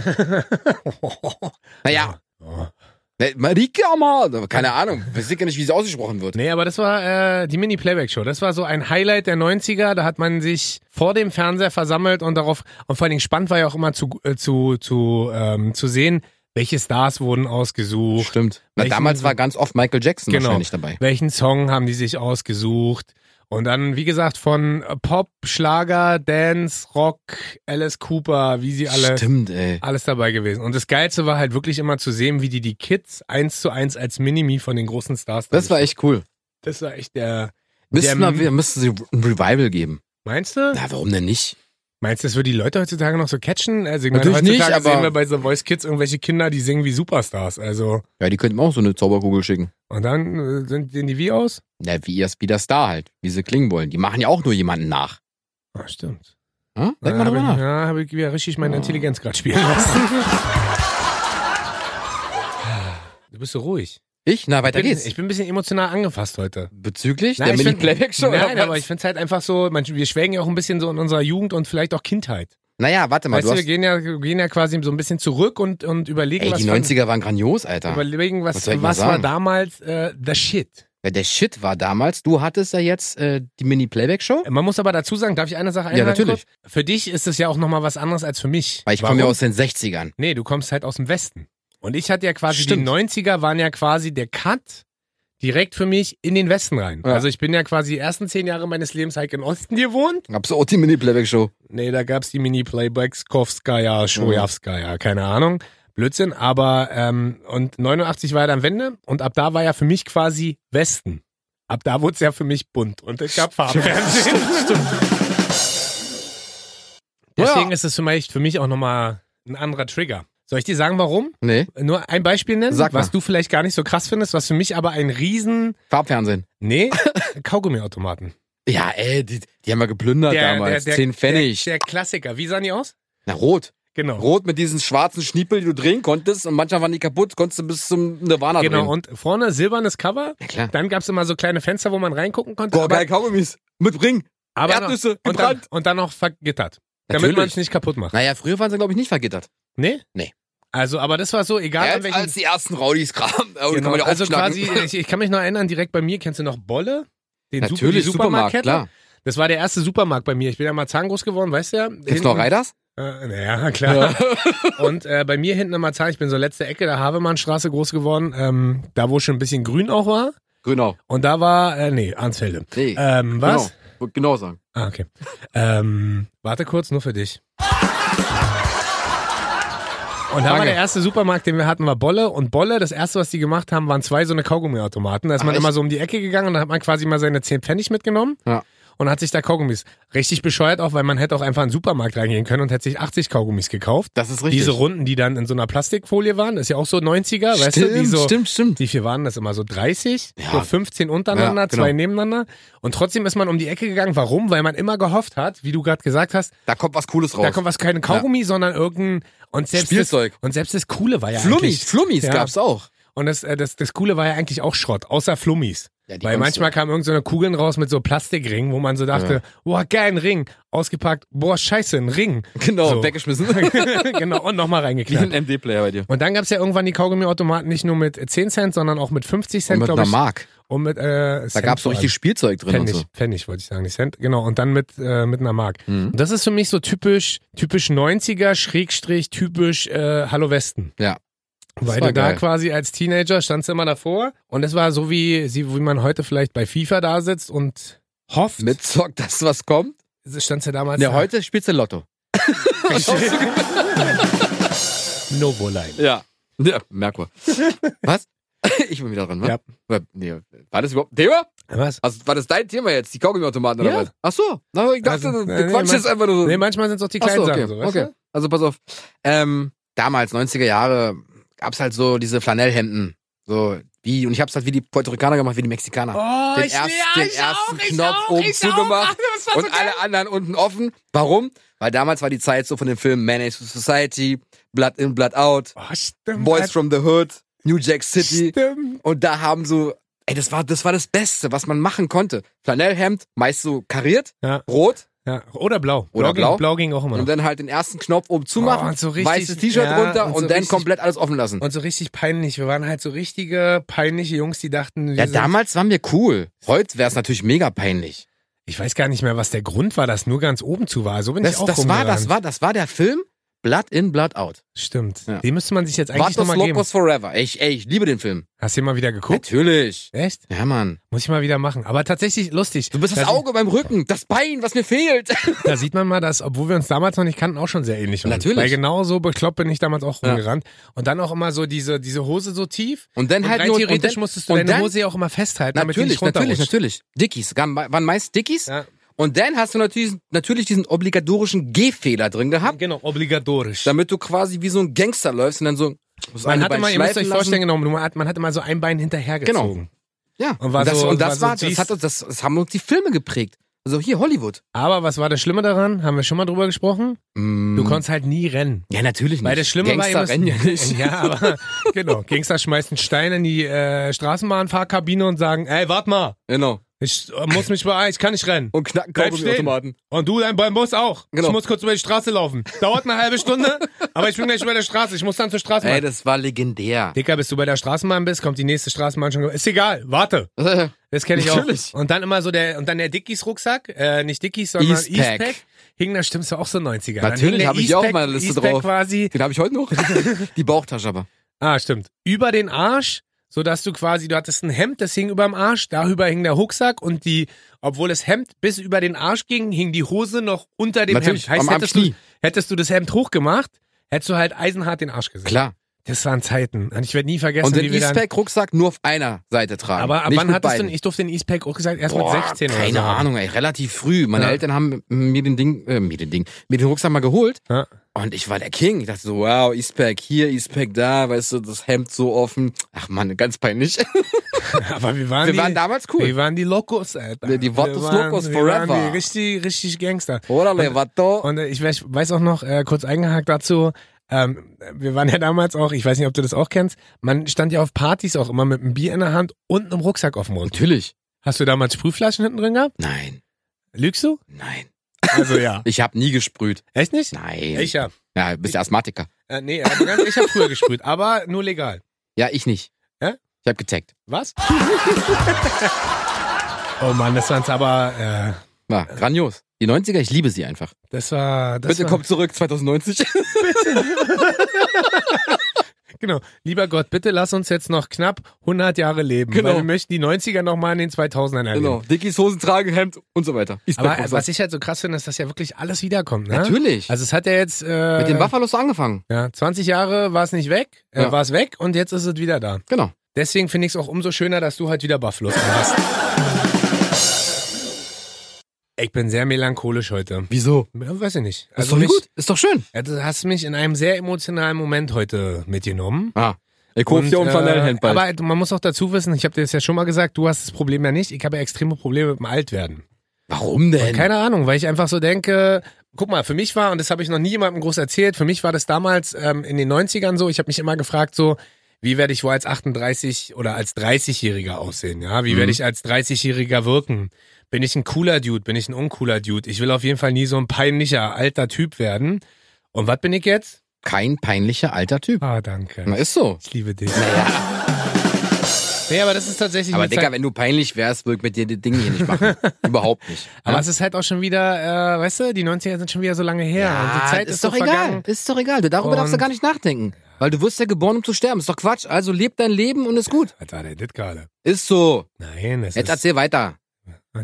A: Naja,
B: Oh.
A: ne, Marike Amado, keine Ahnung, weiß ich gar nicht, wie sie ausgesprochen wird.
B: Nee, aber das war äh, die Mini-Playback-Show. Das war so ein Highlight der 90er. Da hat man sich vor dem Fernseher versammelt und darauf, und vor allen Dingen spannend war ja auch immer zu, äh, zu, zu, ähm, zu sehen, welche Stars wurden ausgesucht,
A: Stimmt. Na,
B: Welchen-
A: damals war ganz oft Michael Jackson
B: Genau.
A: wahrscheinlich dabei.
B: welchen Song haben die sich ausgesucht. Und dann, wie gesagt, von äh, Pop, Schlager, Dance, Rock, Alice Cooper, wie sie alle.
A: Stimmt, ey.
B: Alles dabei gewesen. Und das Geilste war halt wirklich immer zu sehen, wie die die Kids eins zu eins als Minimi von den großen Stars.
A: Das war echt cool.
B: das war echt der.
A: Müssten
B: Der-
A: wir- wir müssten sie ein Revival geben.
B: Meinst du?
A: Na, warum denn nicht?
B: Meinst du, das würde die Leute heutzutage noch so catchen? Also ich meine,
A: Natürlich nicht,
B: heutzutage
A: aber-
B: sehen wir bei The Voice Kids irgendwelche Kinder, die singen wie Superstars. Also
A: Ja, die könnten mir auch so eine Zauberkugel schicken.
B: und dann äh, sind sehen die wie aus?
A: Na, wie ihr wie der Star halt, wie sie klingen wollen. Die machen ja auch nur jemanden nach.
B: Ah, stimmt.
A: Hm? Denk mal
B: Ja, hab
A: drüber
B: ich,
A: nach. Ah.
B: Ja, habe ich wieder richtig meine Intelligenz gerade spielen lassen. du bist so ruhig.
A: Ich? Na, weiter
B: ich, bin,
A: geht's.
B: ich bin ein bisschen emotional angefasst heute.
A: Bezüglich
B: Nein, ich
A: der
B: find-
A: Mini-Playback-Show?
B: Nein,
A: oder
B: aber
A: was?
B: ich finde es halt einfach so, man, wir schwelgen ja auch ein bisschen so in unserer Jugend und vielleicht auch Kindheit.
A: Naja, warte mal,
B: weißt
A: du
B: du,
A: hast...
B: wir gehen ja, wir gehen ja quasi so ein bisschen zurück und, und überlegen,
A: Ey,
B: was
A: die
B: fanden-
A: 90er waren grandios, Alter.
B: überlegen, was,
A: Was soll ich
B: was,
A: mal
B: war
A: sagen?
B: damals äh, the shit.
A: Ja, der Shit war damals. Du hattest ja jetzt äh, die Mini-Playback-Show.
B: Man muss aber dazu sagen, darf ich eine Sache
A: Ja,
B: einhaken?
A: natürlich.
B: kurz? Für dich ist es ja auch nochmal was anderes als für mich.
A: Weil ich
B: Warum?
A: komme ja aus den 60ern.
B: Nee, du kommst halt aus dem Westen. Und ich hatte ja quasi,
A: Stimmt.
B: die 90er waren ja quasi der Cut direkt für mich in den Westen rein.
A: Ja.
B: Also ich bin ja quasi die ersten zehn Jahre meines Lebens halt im Osten gewohnt.
A: Gab's auch die Mini-Playback-Show.
B: Nee, da gab's die Mini-Playbacks, Kowskaja, Schojawskaja, keine Ahnung. Blödsinn, aber ähm, und 89 war ja dann Wende und ab da war ja für mich quasi Westen. Ab da wurde es ja für mich bunt und es gab Farbenfernsehen. Deswegen
A: Ja.
B: ist es für mich, für mich auch nochmal ein anderer Trigger. Soll ich dir sagen, warum?
A: Nee,
B: Nur ein Beispiel nennen,
A: Sag mal.
B: was du vielleicht gar nicht so krass findest, was für mich aber ein riesen...
A: Farbfernsehen.
B: Nee, Kaugummiautomaten.
A: Ja, ey, die, die haben wir geplündert damals.
B: der,
A: 10 Pfennig.
B: Der, der Klassiker. Wie sahen die aus?
A: Na, rot.
B: Genau.
A: Rot mit diesen schwarzen Schniepel, die du drehen konntest. Und manchmal waren die kaputt, konntest du bis zum Nirvana
B: Genau,
A: drehen.
B: und vorne silbernes Cover.
A: Na klar.
B: Dann gab's immer so kleine Fenster, wo man reingucken konnte.
A: Boah,
B: aber,
A: geil, Kaugummis. Mit Ring.
B: aber noch,
A: Erdnüsse,
B: und, dann,
A: gebrannt.
B: und dann noch vergittert. Damit man
A: Natürlich.
B: es nicht kaputt macht.
A: Naja, früher waren sie, glaube ich, nicht vergittert.
B: Nee?
A: Nee.
B: Also, aber das war so, egal an
A: Erst
B: welchen.
A: als die ersten Raudis kamen. Oh, die kann
B: genau,
A: man ja
B: also
A: aufschnacken.
B: quasi, ich, ich kann mich noch erinnern, direkt bei mir, kennst du noch Bolle? Den Super- die
A: Natürlich, Supermarkt,
B: Supermarktkette?
A: klar.
B: Das war der erste Supermarkt bei mir. Ich bin ja mal zahngroß geworden, weißt du ja?
A: Gibt's noch Reiders?
B: Äh, naja, klar. Und äh, bei mir hinten am Marzahn, ich bin so letzte Ecke der Havemannstraße groß geworden, ähm, da wo schon ein bisschen grün auch war.
A: Genau.
B: Und da war, äh, nee, Arnsfelde.
A: Nee.
B: Ähm, was?
A: Genau, Wollt genau sagen.
B: Ah, okay. Ähm, warte kurz, nur für dich. Und da
A: Danke.
B: war der erste Supermarkt, den wir hatten, war Bolle. Und Bolle, das erste, was die gemacht haben, waren zwei so eine Kaugummiautomaten. Da ist
A: Ach,
B: man
A: echt?
B: immer so um die Ecke gegangen und da hat man quasi mal seine 10 Pfennig mitgenommen
A: Ja.
B: und hat sich da Kaugummis. Richtig bescheuert auch, weil man hätte auch einfach in den Supermarkt reingehen können und hätte sich 80 Kaugummis gekauft.
A: Das ist richtig.
B: Diese Runden, die dann in so einer Plastikfolie waren, ist ja auch so 90er, weißt
A: stimmt,
B: du? Die so,
A: stimmt, stimmt.
B: wie viel waren das immer? So 30?
A: Ja.
B: So 15 untereinander,
A: Ja, genau.
B: zwei nebeneinander. Und trotzdem ist man um die Ecke gegangen. Warum? Weil man immer gehofft hat, wie du gerade gesagt hast,
A: Da kommt was Cooles raus.
B: da kommt was kein Kaugummi, sondern irgendein und selbst
A: Spielzeug.
B: Das, und selbst das Coole war ja
A: Flummis,
B: eigentlich.
A: Flummis
B: Ja.
A: gab's auch.
B: Und das, äh, das, das Coole war ja eigentlich auch Schrott, außer Flummis.
A: Ja, die
B: Weil
A: kannst
B: manchmal kamen irgendeine so Kugeln raus mit so Plastikringen, wo man so dachte, boah, geil, ein Ring. Ausgepackt, boah, scheiße, ein Ring.
A: du. Genau,
B: so.
A: weggeschmissen.
B: genau, und nochmal
A: Wie ein
B: reingeknallt.
A: MD-Player bei dir.
B: Und dann gab es ja irgendwann die Kaugummiautomaten nicht nur mit 10 Cent, sondern auch mit 50
A: Und
B: Cent,
A: mit
B: glaube
A: einer
B: halt, ich.
A: Mark.
B: Und mit, äh,
A: Da
B: Cent
A: gab es so
B: vor allem.
A: richtig Spielzeug drin und
B: Pfennig,
A: so.
B: Pfennig wollte ich sagen, nicht Cent. Genau, und dann mit, äh, mit einer Mark.
A: Mhm.
B: Und das ist für mich so typisch, typisch 90er, Schrägstrich, typisch äh, Hallo Westen.
A: Ja. Das
B: Weil
A: war
B: du da
A: geil.
B: quasi als Teenager standst du immer davor und es war so wie, sie- wie man heute vielleicht bei FIFA da sitzt und hofft.
A: Mitzockt das, was kommt.
B: standst du damals
A: Ja,
B: da.
A: Ne, heute spielst du Lotto.
B: Novo Line.
A: Ja. ja Merkur. Was? Ich bin wieder dran, ne? Ja. Nee, war das überhaupt ein Thema?
B: Was?
A: Also, war das dein Thema jetzt? Die Kaugummiautomaten oder
B: Ja.
A: was? Ach so. Na, ich dachte,
B: Also,
A: du
B: nee,
A: quatschst
B: nee,
A: jetzt einfach nur so.
B: Nee, manchmal sind es auch die
A: Ach so,
B: kleinen
A: okay.
B: Sachen. So, weißt
A: okay.
B: du?
A: Also, pass auf. Ähm, damals, 90er Jahre, gab's halt so diese Flanellhemden. So, wie, und ich hab's halt wie die Puerto Ricaner gemacht, wie die Mexikaner.
B: Oh,
A: Den ersten- den ersten Knopf oben zugemacht
B: das war
A: und
B: so geil.
A: alle anderen unten offen. Warum? Weil damals war die Zeit so von den Filmen Man Ace Society, Blood in, Blood out,
B: Oh, stimmt.
A: Boys from the Hood, New Jack City.
B: Stimmt.
A: Und da haben so, ey, das war das, war das Beste, was man machen konnte. Flanellhemd, meist so kariert,
B: Ja.
A: rot
B: Ja. Oder blau.
A: Oder
B: blau, ging-
A: blau.
B: blau ging auch immer noch.
A: und dann halt den ersten Knopf oben zumachen,
B: Oh, und so richtig-
A: weißes T-Shirt
B: ja,
A: runter
B: und
A: und,
B: so
A: dann
B: richtig-
A: komplett alles offen lassen.
B: Und so richtig peinlich. Wir waren halt so richtige peinliche Jungs, die dachten, wir
A: ja,
B: sind-
A: damals waren wir cool. Heute wäre es natürlich mega peinlich.
B: ich weiß gar nicht mehr, was der Grund war, dass nur ganz oben zu war. So bin ich
A: Das,
B: auch
A: das, war, das,
B: rumgerannt.
A: war, das war der Film Blood in, Blood out.
B: Stimmt.
A: Ja.
B: Den müsste man sich jetzt eigentlich
A: Vatos
B: nochmal geben.
A: Locos Forever. Ey, Ich, ey, ich liebe den Film.
B: Hast du den mal wieder geguckt?
A: Natürlich.
B: Echt?
A: Ja, Mann.
B: Muss ich mal wieder machen. Aber tatsächlich lustig.
A: Du bist das
B: da,
A: Auge beim Rücken, das Bein, was mir fehlt.
B: Da sieht man mal, dass, obwohl wir uns damals noch nicht kannten, auch schon sehr ähnlich waren.
A: Natürlich.
B: Weil genau so bekloppt bin ich damals auch
A: Ja.
B: rumgerannt. Und dann auch immer so diese, diese Hose so tief.
A: Und dann
B: Und
A: halt
B: rein
A: nur
B: theoretisch
A: und dann,
B: musstest du
A: und
B: deine
A: dann-
B: Hose ja auch immer festhalten, damit die
A: Natürlich,
B: nicht
A: natürlich,
B: runterrutscht.
A: natürlich. Dickies. Gam- Waren meist Dickies.
B: Ja.
A: Und dann hast du natürlich, natürlich diesen obligatorischen Gehfehler drin gehabt,
B: Genau, obligatorisch.
A: damit du quasi wie so ein Gangster läufst und dann so. das
B: Man
A: eine
B: hatte
A: Bein
B: mal, ihr müsst euch
A: schleifen Genau.
B: vorstellen, genau, man hat, man hatte mal so ein Bein hinterhergezogen.
A: Ja.
B: Und
A: Und,
B: war
A: das,
B: so-
A: und das
B: war
A: war,
B: so
A: das, hat, uns- das, das haben uns die Filme geprägt. Also hier Hollywood.
B: Aber was war das Schlimme daran? Haben wir schon mal drüber gesprochen? Du konntest halt nie rennen.
A: ja, natürlich Mm. nicht.
B: Weil das Schlimme
A: Gangster
B: war, ihr
A: rennen ja
B: müsst-
A: nicht.
B: ja, aber genau. Gangster schmeißt einen Stein in die äh, Straßenbahnfahrkabine und sagen, ey, warte mal,
A: Genau.
B: ich äh, muss mich beeilen, ich kann nicht rennen.
A: Und knacken
B: Bleib
A: Kaugummi-Automaten.
B: Und du, dein Bein muss auch.
A: Genau.
B: Ich muss kurz über die Straße laufen. Dauert eine halbe Stunde, aber ich bin gleich über der Straße. Ich muss dann zur Straßenbahn.
A: Ey, das war legendär.
B: Dicker, bis du bei der Straßenbahn bist, kommt die nächste Straßenbahn schon. Ist egal, warte. Das kenne ich
A: Natürlich.
B: auch. Und dann immer so der, und dann der Dickies Rucksack, äh, nicht Dickies, sondern
A: Eastpak.
B: Eastpack. Hing da stimmst du auch so 90er. Dann
A: Natürlich,
B: hing der
A: hab ich auch
B: Eastpak-
A: auf meiner Liste
B: Eastpak
A: drauf.
B: quasi,
A: Den habe ich heute noch. die Bauchtasche aber.
B: ah, stimmt, über den Arsch, sodass du quasi, du hattest ein Hemd, das hing überm Arsch, darüber hing der Rucksack und die, obwohl das Hemd bis über den Arsch ging, hing die Hose noch unter dem
A: Natürlich,
B: Hemd.
A: am- am
B: hättest du,
A: Knie.
B: hättest du das Hemd hochgemacht, hättest du halt eisenhart den Arsch gesehen.
A: Klar.
B: Das waren Zeiten. Und ich werde nie vergessen,
A: Und den
B: wie wir dann,
A: Eastpack-Rucksack nur auf einer Seite tragen.
B: aber ab
A: nicht
B: wann
A: mit
B: hattest du,
A: beiden.
B: ich durfte den Eastpack auch gesagt, erst
A: Boah,
B: mit 16 oder so.
A: keine
B: haben.
A: Ahnung, ey, relativ früh. Meine
B: Ja.
A: Eltern haben mir den Ding, äh, mir den Ding, mir den Rucksack mal geholt.
B: Ja.
A: Und ich war der King. Ich dachte so, wow, Eastpack hier, Eastpack da, weißt du, das Hemd so offen. Ach man, ganz peinlich.
B: Aber wir waren,
A: Wir
B: die,
A: waren damals cool.
B: Wir waren die Locos, Alter.
A: Die- die Vatos
B: Wir waren-
A: Locos
B: wir
A: forever. Oh.
B: Waren die richtig, richtig Gangster.
A: Oder Levato.
B: Und äh, ich weiß, weiß auch noch, äh, kurz eingehakt dazu, ähm, wir waren ja damals auch, ich weiß nicht, ob du das auch kennst, man stand ja auf Partys auch immer mit einem Bier in der Hand und einem Rucksack auf dem Mund.
A: Natürlich.
B: Hast du damals Sprühflaschen hinten drin gehabt?
A: Nein,
B: Lügst du?
A: nein.
B: Also ja.
A: Ich habe nie gesprüht.
B: Echt nicht?
A: Nein.
B: Ich hab.
A: ja, bist ja Asthmatiker.
B: Äh, nee, aber ganz, ich hab früher gesprüht, aber nur legal.
A: Ja, ich nicht.
B: Hä?
A: Ich habe getaggt.
B: Was? oh Mann, das waren's aber, äh,
A: War grandios. Die 90er, ich liebe sie einfach.
B: das war, das
A: Bitte
B: war,
A: kommt zurück, 2090.
B: Genau. Lieber Gott, bitte lass uns jetzt noch knapp 100 Jahre leben.
A: Genau.
B: Weil wir möchten die 90er nochmal in den 2000ern erleben.
A: genau.
B: Genau.
A: Dickies Hosen tragen, Hemd und so weiter.
B: Aber
A: Eastpack-Rucksack.
B: äh, was ich halt so krass finde, ist, dass ja wirklich alles wiederkommt. Ne?
A: Natürlich.
B: Also es hat ja jetzt... Äh,
A: Mit den Buffalos angefangen.
B: Ja, 20 Jahre war es nicht weg, äh,
A: Ja.
B: war es weg und jetzt ist es wieder da.
A: Genau.
B: Deswegen finde ich es auch umso schöner, dass du halt wieder Buffalo hast. Ich bin sehr melancholisch heute.
A: Wieso?
B: Ja, weiß ich nicht. Also
A: ist doch
B: mich,
A: gut. Also Ist doch schön.
B: Ja, Du hast mich in einem sehr emotionalen Moment heute mitgenommen.
A: Ah. Ich
B: Und, äh, Aber man muss auch dazu wissen, ich habe dir das ja schon mal gesagt, du hast das Problem ja nicht. Ich habe ja extreme Probleme mit dem Altwerden.
A: Warum denn?
B: Keine Ahnung, weil ich einfach so denke, guck mal, für mich war, und das habe ich noch nie jemandem groß erzählt, für mich war das damals ähm, in den 90ern so, ich habe mich immer gefragt so, wie werde ich wohl als 38 oder als 30-Jähriger aussehen, ja? Wie werde ich als 30-Jähriger wirken? Bin ich ein cooler Dude? Bin ich ein uncooler Dude? Ich will auf jeden Fall nie so ein peinlicher alter Typ werden. Und was bin ich jetzt?
A: Kein peinlicher alter Typ.
B: Ah, danke.
A: Na, ist so.
B: Ich liebe dich. Nee, aber das ist tatsächlich
A: Aber
B: mit
A: Digga,
B: Zeit-
A: wenn du peinlich wärst, würde ich mit dir die Dinge hier nicht machen. Überhaupt nicht.
B: aber es ist halt auch schon wieder, äh, weißt du, die 90er sind schon wieder so lange her. und die Zeit ist, so
A: doch egal.
B: vergangen.
A: Ah, Ist doch egal. Du- Darüber darfst du
B: Und-
A: gar nicht nachdenken. Weil du wirst ja geboren, um zu sterben. Ist doch Quatsch. Also leb dein Leben und ist gut.
B: Was war denn das gerade?
A: Ist so.
B: Nein, das
A: Jetzt
B: ist,
A: erzähl weiter.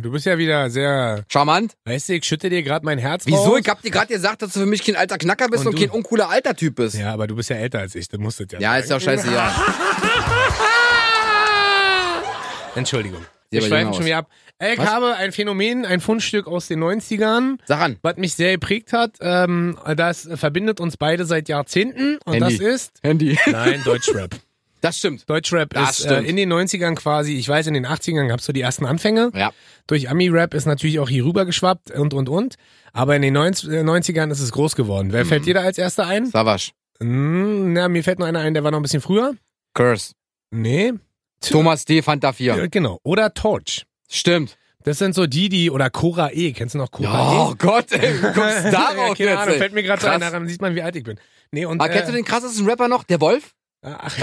B: du bist ja wieder sehr,
A: Charmant.
B: weißt du, ich schütte dir gerade mein Herz
A: Wieso?
B: raus.
A: Ich hab dir gerade gesagt, dass du für mich kein alter Knacker bist
B: Und
A: und,
B: du-
A: kein uncooler alter Typ bist. Ja,
B: Ja, aber du bist ja älter als ich, du musstet ja.
A: ist ja auch scheiße, ja.
B: Entschuldigung.
A: Sieht
B: Wir
A: aber
B: schweifen
A: jung
B: schon wieder ab. Äh, Ich
A: Was?
B: habe ein Phänomen, ein Fundstück aus den 90ern,
A: Sag an.
B: was mich sehr geprägt hat. Ähm, das verbindet uns beide seit Jahrzehnten und
A: Handy.
B: das ist.
A: Handy.
B: Nein, Deutschrap.
A: Das stimmt.
B: Deutschrap
A: Das
B: ist äh,
A: stimmt.
B: in den 90ern quasi, ich weiß, in den 80ern gab es so die ersten Anfänge.
A: Ja.
B: Durch Ami-Rap ist natürlich auch hier rübergeschwappt und, und, und. Aber in den 90, äh, 90ern ist es groß geworden.
A: Mhm.
B: Wer fällt dir da als erster ein?
A: Savage.
B: Hm, na, mir fällt nur einer ein, der war noch ein bisschen früher.
A: Curse.
B: Nee.
A: Thomas D. Fanta 4.
B: Ja, Genau. Oder Torch.
A: Stimmt.
B: Das sind so die, die, oder Cora E. Kennst du noch Cora
A: Oh Gott, ey, wie kommst du
B: Ja,
A: darauf
B: keine
A: jetzt?
B: Ahnung,
A: ey?
B: fällt mir gerade so
A: Krass.
B: ein, daran sieht man, wie alt ich bin. Nee, und, äh,
A: Ah, kennst du den krassesten Rapper noch? Der Wolf?
B: Ach.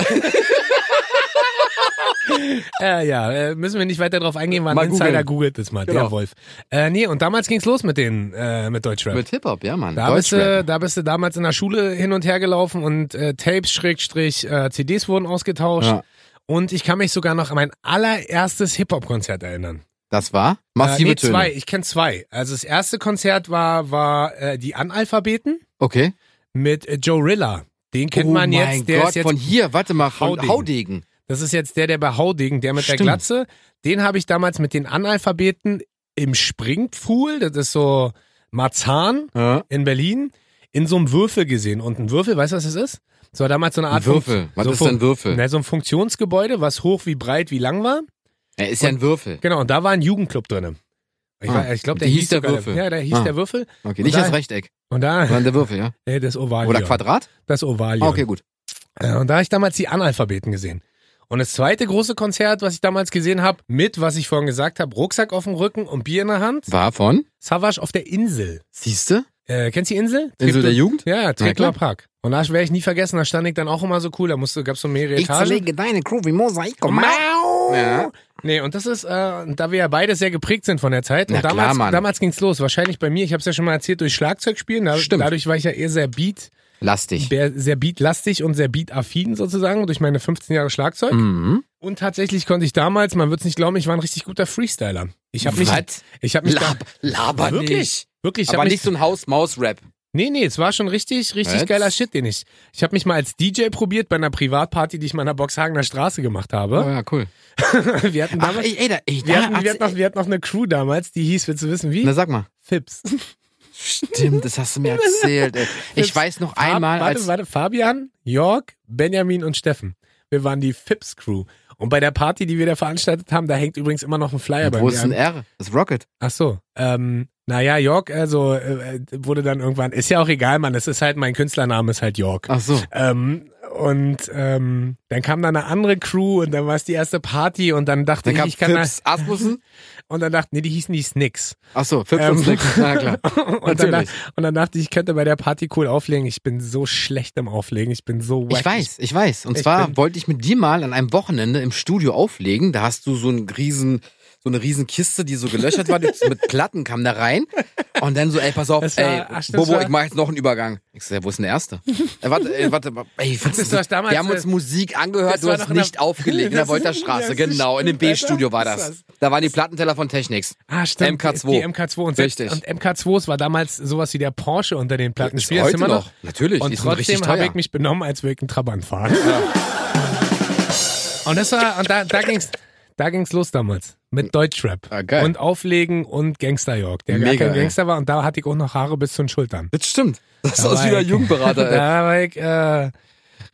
B: äh, ja, äh, müssen wir nicht weiter drauf eingehen, weil
A: Mal
B: ein Insider
A: googeln.
B: googelt es mal,
A: Genau.
B: der Wolf. Äh, nee, und damals ging's los mit den, äh, mit Deutschrap.
A: Mit Hip-Hop, ja, Mann.
B: da, bist
A: Deutschrap.
B: du, da bist du damals in der Schule hin und her gelaufen und äh, Tapes, Schrägstrich, äh, CDs wurden ausgetauscht.
A: Ja.
B: Und ich kann mich sogar noch an mein allererstes Hip-Hop-Konzert erinnern.
A: Das war
B: Äh,
A: massive
B: nee,
A: Töne.
B: zwei. Ich kenne zwei. Also das erste Konzert war, war äh, die Analphabeten
A: Okay.
B: mit äh, Joe Rilla. Den kennt
A: oh
B: man
A: mein
B: jetzt. Der
A: Gott,
B: ist jetzt
A: von hier, warte mal, von
B: Haudegen.
A: Haudegen.
B: das ist jetzt der, der bei Haudegen, der mit der
A: Stimmt.
B: Glatze. Den habe ich damals mit den Analphabeten im Springpfuhl, das ist so Marzahn
A: Ja.
B: in Berlin, in so einem Würfel gesehen. Und ein Würfel, weißt du, was das ist? Das war damals so eine Art
A: Ein Würfel. Was
B: so
A: ist denn ein
B: Fun-
A: Würfel?
B: Na, so ein Funktionsgebäude, was hoch wie breit wie lang war.
A: Er ist ja ein Würfel.
B: Genau, und da war ein Jugendclub drinne. Ich,
A: Ah,
B: war- ich glaube, der
A: die
B: hieß,
A: hieß der
B: sogar-
A: Würfel.
B: Ja, der hieß
A: Ah.
B: der Würfel.
A: Okay, nicht
B: Und da-
A: das Rechteck,
B: Und da
A: sondern der Würfel, ja.
B: Nee, das Oval.
A: Oder Quadrat?
B: Das Oval.
A: Ah, okay, gut.
B: Äh, Und da habe ich damals die Analphabeten gesehen. Und das zweite große Konzert, was ich damals gesehen habe, mit, was ich vorhin gesagt habe, Rucksack auf dem Rücken und Bier in der Hand,
A: War von?
B: Savage auf der Insel.
A: Siehste?
B: Äh, kennst du die Insel?
A: Insel der Jugend?
B: Ja,
A: klar.
B: Treptower Park. Und da werde ich nie vergessen, da stand ich dann auch immer so cool, da musste, gab's so mehrere Etagen.
A: deine Crew wie Mosaik.
B: Mau!
A: Ja.
B: Nee, und das ist, äh, da wir ja beide sehr geprägt sind von der Zeit.
A: Na
B: Und damals,
A: klar, Mann.
B: damals ging's los. Wahrscheinlich bei mir, ich habe es ja schon mal erzählt, durch Schlagzeugspielen. Da,
A: Stimmt.
B: Dadurch war ich ja eher sehr beat,
A: Lastig.
B: sehr, sehr beatlastig und sehr beataffin sozusagen durch meine 15 Jahre Schlagzeug.
A: Mhm.
B: Und tatsächlich konnte ich damals, man wird's nicht glauben, ich war ein richtig guter Freestyler. Ich habe mich,
A: Was?
B: ich habe mich da,
A: Lab, laber
B: Wirklich?
A: nicht.
B: wirklich, ich
A: Aber
B: habe mich,
A: nicht so ein Haus-Maus-Rap.
B: nee, nee, es war schon richtig, richtig
A: Was?
B: geiler Shit, den ich, ich habe mich mal als DJ probiert bei einer Privatparty, die ich mal in der Boxhagener Straße gemacht habe.
A: ja, cool.
B: Wir hatten
A: Ach,
B: Oh damals,
A: ey, ey, da, ey,
B: wir,
A: da,
B: hatten, wir,
A: hat's-
B: hatten noch, wir hatten noch eine Crew damals, die hieß, willst du wissen wie?
A: ah, also, äh Na, sag mal.
B: Fips.
A: Stimmt, das hast du mir erzählt. Ey. Ich weiß noch einmal,
B: warte,
A: als
B: warte, Fabian, Jörg, Benjamin und Steffen. Wir waren die Fips Crew. Und bei der Party, die wir da veranstaltet haben, da hängt übrigens immer noch ein Flyer bei
A: wo
B: mir.
A: ist
B: an.
A: ein R? Das ist Rocket.
B: Ach so. Ähm, naja, York, also äh, wurde dann irgendwann, ist ja auch egal, Mann, es ist halt, mein Künstlername ist halt York.
A: Ach so.
B: Ähm, und ähm, dann kam da eine andere Crew und dann war es die erste Party und dann dachte
A: Dann
B: ich,
A: gab
B: ich kann da,
A: Fips Asmussen.
B: und dann dachte, nee, die hießen die Snicks.
A: Ach so, Fips
B: Ähm.
A: und Snicks. Na klar.
B: und, dann, dach-
A: Natürlich.
B: und dann dachte ich, ich könnte bei der Party cool auflegen. Ich bin so schlecht im Auflegen, ich bin so wack.
A: Ich weiß, ich weiß. Und
B: Ich
A: zwar
B: bin-
A: wollte ich mit dir mal an einem Wochenende im Studio auflegen. Da hast du so einen riesen, so eine riesen Kiste, die so gelöchert war, die mit Platten kam da rein. Und dann so, ey, pass auf,
B: Das war-
A: ey,
B: ach, stimmt,
A: Bobo,
B: das war-
A: ich mach jetzt noch einen Übergang. Ich so, ja, wo ist denn der erste? Äh, warte, ey, warte, ey,
B: Das war damals,
A: wir haben uns
B: äh,
A: Musik angehört,
B: das
A: du
B: war
A: hast
B: doch in der-
A: nicht aufgelegt in der
B: Das ist-
A: Wolterstraße.
B: das ist
A: Genau, in dem
B: stimmt,
A: B-Studio war
B: Alter.
A: das. Da waren die Plattenteller von Technics.
B: Ah, stimmt.
A: MK2.
B: Die MK2 und, selbst-
A: Richtig.
B: und MK2s war damals sowas wie der Porsche unter den Platten.
A: Ist
B: Spielst du
A: heute
B: immer
A: noch. Natürlich,
B: Und
A: die sind richtig
B: trotzdem habe
A: teuer.
B: ich mich benommen, als würde ich einen Trabant fahren. Und das war, und da, da ging's, da ging's los damals. Mit Deutschrap.
A: Ah, geil.
B: Und Auflegen und Gangster York, der
A: Mega,
B: gar kein
A: ey.
B: Gangster war und da hatte ich auch noch Haare bis zu den Schultern.
A: Das stimmt. Das ist
B: Da
A: aus
B: war
A: wieder
B: ich-
A: Jugendberater, ey.
B: Da war ich, äh,